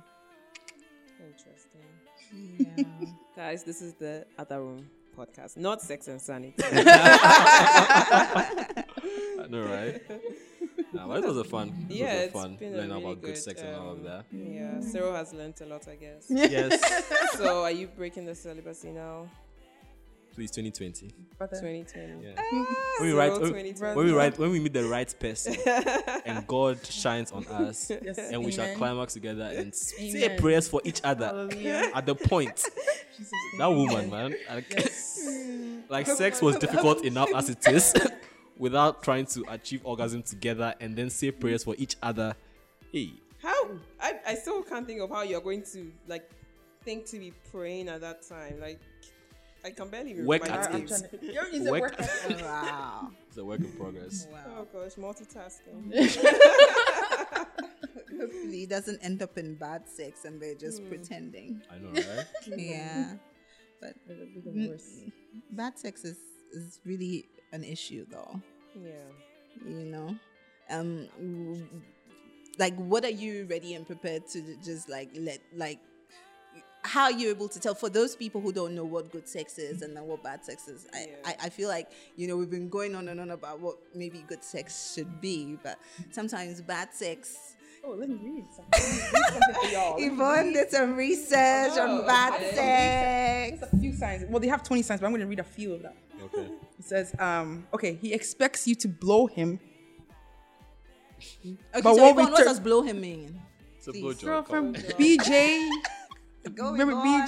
[SPEAKER 6] Interesting.
[SPEAKER 8] Yeah.
[SPEAKER 6] Guys, this is the Other Room podcast, not Sex and Sanity.
[SPEAKER 7] I know, right? nah, but it was a fun, it
[SPEAKER 6] Yeah,
[SPEAKER 7] was a
[SPEAKER 6] it's
[SPEAKER 7] fun
[SPEAKER 6] been a
[SPEAKER 7] learning
[SPEAKER 6] really
[SPEAKER 7] about good
[SPEAKER 6] good,
[SPEAKER 7] sex and all of
[SPEAKER 6] um,
[SPEAKER 7] that.
[SPEAKER 6] yeah, Cyril has learnt a lot, I guess.
[SPEAKER 7] Yes,
[SPEAKER 6] so, are you breaking the celibacy now?
[SPEAKER 7] please, 2020.
[SPEAKER 9] But then-
[SPEAKER 6] 2020.
[SPEAKER 7] Yeah. When we
[SPEAKER 6] Zero
[SPEAKER 7] write, when,
[SPEAKER 6] 2020.
[SPEAKER 7] when we write, when we meet the right person, and God shines on us, and we shall
[SPEAKER 9] Amen.
[SPEAKER 7] climax together and say
[SPEAKER 9] Amen.
[SPEAKER 7] prayers for each other
[SPEAKER 9] Hallelujah.
[SPEAKER 7] at the point.
[SPEAKER 9] Jesus name.
[SPEAKER 7] That woman, man. Like, like sex was difficult enough as it is without trying to achieve orgasm together and then say prayers for each other. Hey,
[SPEAKER 6] How? I, I still can't think of how you're going to, like, think to be praying at that time. Like, I can barely
[SPEAKER 7] Work
[SPEAKER 6] remember.
[SPEAKER 7] at
[SPEAKER 9] I'm
[SPEAKER 7] it.
[SPEAKER 9] trying to- Your is a
[SPEAKER 7] Work-
[SPEAKER 9] workout.
[SPEAKER 8] wow.
[SPEAKER 7] it's a work in progress.
[SPEAKER 6] Oh, gosh, multitasking.
[SPEAKER 8] Hopefully, it doesn't end up in bad sex, and they're just pretending.
[SPEAKER 7] I know, right?
[SPEAKER 8] Yeah. But Mm, bad sex is is really an issue, though.
[SPEAKER 6] Yeah.
[SPEAKER 8] you know um w- like what are you ready and prepared to j- just like let like how are you able to tell for those people who don't know what good sex is and then what bad sex is I, I, I feel like you know we've been going on and on about what maybe good sex should be but sometimes bad sex
[SPEAKER 9] Oh, let me read something. Let me read something for y'all. Oh, Let me
[SPEAKER 8] Yvonne did some research on bad sex
[SPEAKER 9] read A few signs. Well, they have 20 signs, but I'm going to read a few of them.
[SPEAKER 7] Okay.
[SPEAKER 9] It says, um, okay, he expects you to blow him.
[SPEAKER 8] okay
[SPEAKER 9] But
[SPEAKER 8] so
[SPEAKER 9] what
[SPEAKER 8] Yvonne,
[SPEAKER 9] we
[SPEAKER 8] what
[SPEAKER 9] tur-
[SPEAKER 8] does blow him in
[SPEAKER 7] It's a
[SPEAKER 8] Please.
[SPEAKER 7] blowjob. come on.
[SPEAKER 9] BJ.
[SPEAKER 8] Go,
[SPEAKER 9] Remember BJ?
[SPEAKER 8] Yvonne.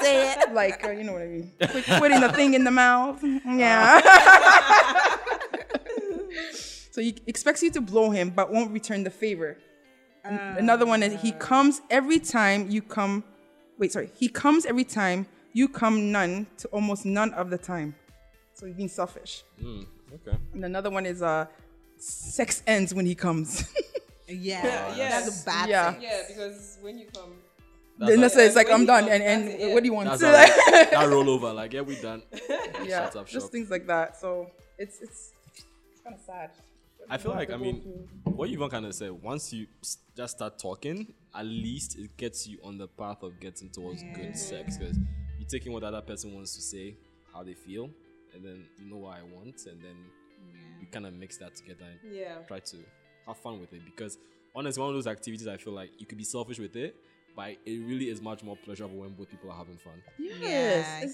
[SPEAKER 8] say it Oh.
[SPEAKER 9] like, uh, you know what I mean? Quit, putting the thing in the mouth. Yeah. so he expects you to blow him, but won't return the favor. An- Another one is
[SPEAKER 7] Ah.
[SPEAKER 9] he comes every time you come. Wait, sorry. He comes every time you come none to almost none of the time. So he's being selfish.
[SPEAKER 7] Hmm, Okay.
[SPEAKER 9] And another one is uh,
[SPEAKER 6] sex ends when he comes.
[SPEAKER 8] Yeah,
[SPEAKER 7] yes.
[SPEAKER 8] that's a bad
[SPEAKER 6] Oh, Yeah.
[SPEAKER 8] thing.
[SPEAKER 7] Yeah, because when you come,
[SPEAKER 6] then that's
[SPEAKER 7] like-
[SPEAKER 6] it's like
[SPEAKER 7] When
[SPEAKER 6] I'm
[SPEAKER 7] he
[SPEAKER 6] done,
[SPEAKER 7] comes,
[SPEAKER 6] and
[SPEAKER 7] that's it,
[SPEAKER 6] and what do you want?
[SPEAKER 10] That's
[SPEAKER 6] So,
[SPEAKER 10] that,
[SPEAKER 6] like,
[SPEAKER 10] that rollover. Like, yeah, we done.
[SPEAKER 6] yeah,
[SPEAKER 10] Shut up shop.
[SPEAKER 6] just things like that. So it's it's kind of sad.
[SPEAKER 10] I feel like I mean, what you even kind of said. Once you s- just start talking, at least it gets you on the path of getting towards good sex because you're taking what the other person wants to say, how they feel, and then you know what I want, and then you kind of mix that together and
[SPEAKER 7] yeah,
[SPEAKER 10] try to have fun with it. Because honestly, one of those activities I feel like you could be selfish with it, but it really is much more pleasurable when both people are having fun.
[SPEAKER 8] Yeah,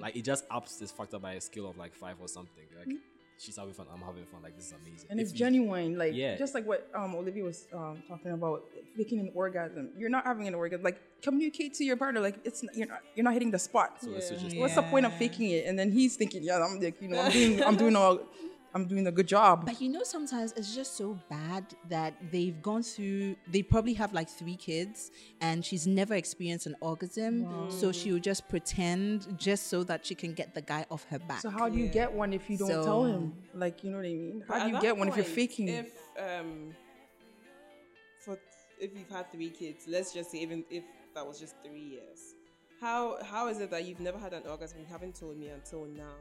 [SPEAKER 10] Like it just ups this factor by a scale of like five or something. Like she's having fun, I'm having fun. Like this is amazing.
[SPEAKER 6] and
[SPEAKER 10] If
[SPEAKER 6] it's
[SPEAKER 10] you-
[SPEAKER 6] genuine like
[SPEAKER 10] Yeah.
[SPEAKER 6] just like what um, olivia was um, talking about faking an orgasm you're not having an orgasm like communicate to your partner like it's you're not you're not hitting the spot
[SPEAKER 10] So it's just
[SPEAKER 6] what's the point of faking it and then he's thinking yeah i'm like you know i'm doing i'm doing all i'm doing a good job
[SPEAKER 8] But you know, sometimes it's just so bad that they've gone through. They probably have like three kids, and she's never experienced an orgasm, so she'll just pretend just so that she can get the guy off her back.
[SPEAKER 6] so how do you get one if you don't
[SPEAKER 8] So-
[SPEAKER 6] tell him like you know what i mean
[SPEAKER 7] But
[SPEAKER 6] how do
[SPEAKER 7] at
[SPEAKER 6] you
[SPEAKER 7] that
[SPEAKER 6] get one if you're
[SPEAKER 7] point,
[SPEAKER 6] faking
[SPEAKER 7] If um, for if you've had three kids, let's just say even if that was just three years, how how is it that you've never had an orgasm? You haven't told me until now.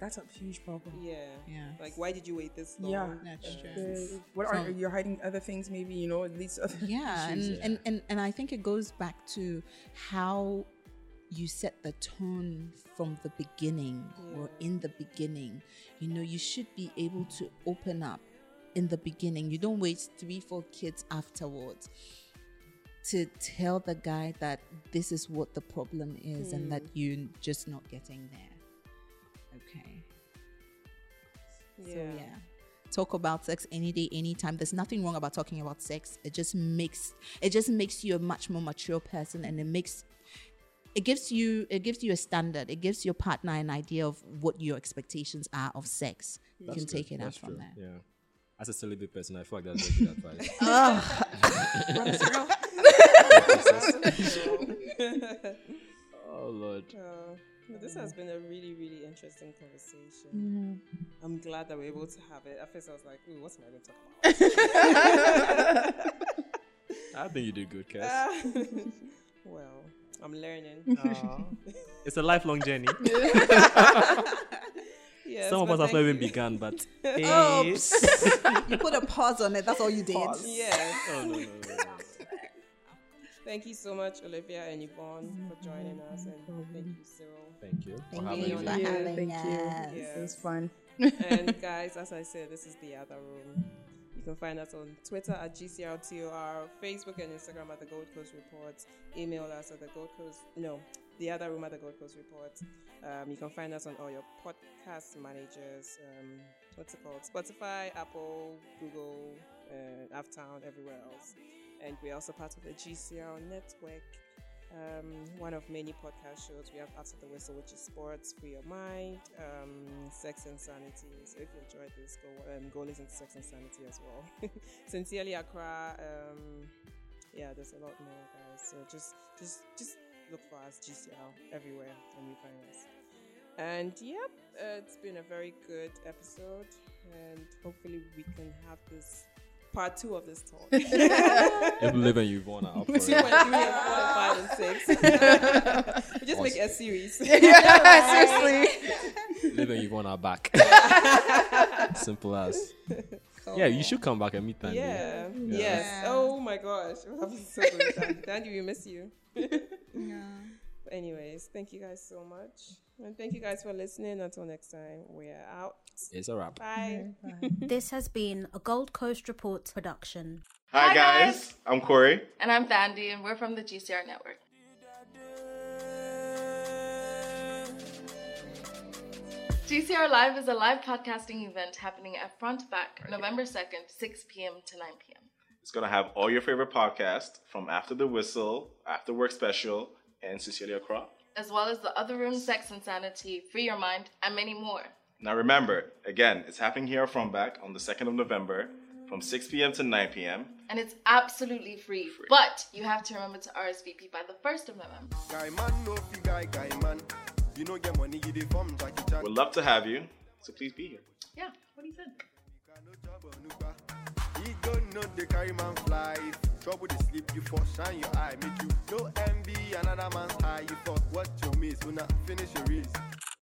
[SPEAKER 6] that's a huge problem
[SPEAKER 7] Yeah.
[SPEAKER 8] Yeah.
[SPEAKER 7] Like, why did you wait this long?
[SPEAKER 6] yeah
[SPEAKER 8] That's true.
[SPEAKER 6] The- what are you're hiding other things maybe you know at least other
[SPEAKER 8] yeah, and, and and and I think it goes back to how you set the tone from the beginning or in the beginning. You know, you should be able to open up in the beginning. You don't wait three, four kids afterwards to tell the guy that this is what the problem is and that you're just not getting there. Okay. So
[SPEAKER 7] Yeah.
[SPEAKER 8] yeah. Talk about sex any day, anytime. There's nothing wrong about talking about sex. It just makes it just makes you a much more mature person and it makes it gives you it gives you a standard. It gives your partner an idea of what your expectations are of sex. You can take it out
[SPEAKER 10] That's
[SPEAKER 8] from
[SPEAKER 10] true.
[SPEAKER 8] there.
[SPEAKER 10] Yeah. As a celibate person, I feel like that's very good advice. oh lord.
[SPEAKER 7] Uh, but this has been a really, really interesting conversation. I'm glad that we're able to have it. At first, I was like, "Ooh, what am I going to talk about?"
[SPEAKER 10] I think you did good, Cass.
[SPEAKER 7] well, I'm learning.
[SPEAKER 10] it's a lifelong journey.
[SPEAKER 7] Yes,
[SPEAKER 10] Some of
[SPEAKER 7] but
[SPEAKER 10] us have not
[SPEAKER 7] thank
[SPEAKER 10] even
[SPEAKER 7] you.
[SPEAKER 10] begun, but
[SPEAKER 8] you put a pause on it. That's all you did.
[SPEAKER 7] Yes.
[SPEAKER 10] oh, no, no, no, no.
[SPEAKER 7] Thank you so much, Olivia and Yvonne, for joining us, and thank you, Cyril.
[SPEAKER 10] Thank you. for
[SPEAKER 8] Thank
[SPEAKER 10] having
[SPEAKER 8] you
[SPEAKER 10] me.
[SPEAKER 8] for having
[SPEAKER 6] Oh, thank
[SPEAKER 8] us.
[SPEAKER 6] you
[SPEAKER 7] Yes.
[SPEAKER 6] it was fun
[SPEAKER 7] and guys, as I said, this is the other room. You can find us on Twitter at GCRTOR, Facebook and Instagram at the Gold Coast Report. Email us at the Gold Coast, no, the other room at the Gold Coast Report. Um, you can find us on all your podcast managers. Um, what's it called? Spotify, Apple, Google, uh, Uptown, everywhere else. And we're also part of the GCR network um, one of many podcast shows. We have After the Whistle, which is sports, free your mind, um, sex and sanity. So if you enjoyed this, go um, go listen to Sex and Sanity as well. Sincerely, Accra. Um, yeah, there's a lot more, guys. So just just just look for us GCL everywhere, and you find us. And yep, uh, it's been a very good episode, and hopefully we can have this part two of this talk.
[SPEAKER 10] If Liv and Yvonne are up for
[SPEAKER 7] two and
[SPEAKER 10] it.
[SPEAKER 7] three and four and five and six. we just make a series. Yeah.
[SPEAKER 10] Liv and Yvonne are back. Simple as. Yeah, you should come back and meet Tandy.
[SPEAKER 7] Yes. Oh my gosh. We're having so good time. Dandy, we miss you. But anyways, thank you guys so much. And thank you guys for listening. Until next time, we're out.
[SPEAKER 10] It's a wrap.
[SPEAKER 7] Bye.
[SPEAKER 11] This has been a Gold Coast Report production.
[SPEAKER 1] Hi,
[SPEAKER 2] Hi,
[SPEAKER 1] guys.
[SPEAKER 2] guys.
[SPEAKER 1] I'm Corey.
[SPEAKER 2] And I'm Thandi, and we're from the GCR Network. GCR Live is a live podcasting event happening at Front Back November 2nd, 6 p.m. to 9 p.m.
[SPEAKER 1] It's going to have all your favorite podcasts from After the Whistle, After Work Special, and Cecilia Crop.
[SPEAKER 2] as well as the other room, sex and sanity, free your mind, and many more.
[SPEAKER 1] Now remember, again, it's happening here from back on the 2nd of November from 6 p.m. to 9 p.m.
[SPEAKER 2] And it's absolutely free. But you have to remember to RSVP by the 1st of November.
[SPEAKER 3] Guy man, no fi guy, guy man. You know get money, you dey from Jackie Chan.
[SPEAKER 1] We'd love to have you, so please be here.
[SPEAKER 2] Yeah, what do you think?
[SPEAKER 3] Cannot He don't know the carry man flies. Trouble they sleep, you for shine your eye. Make you no envy another man's high. You fuck what you miss. Una finish your race.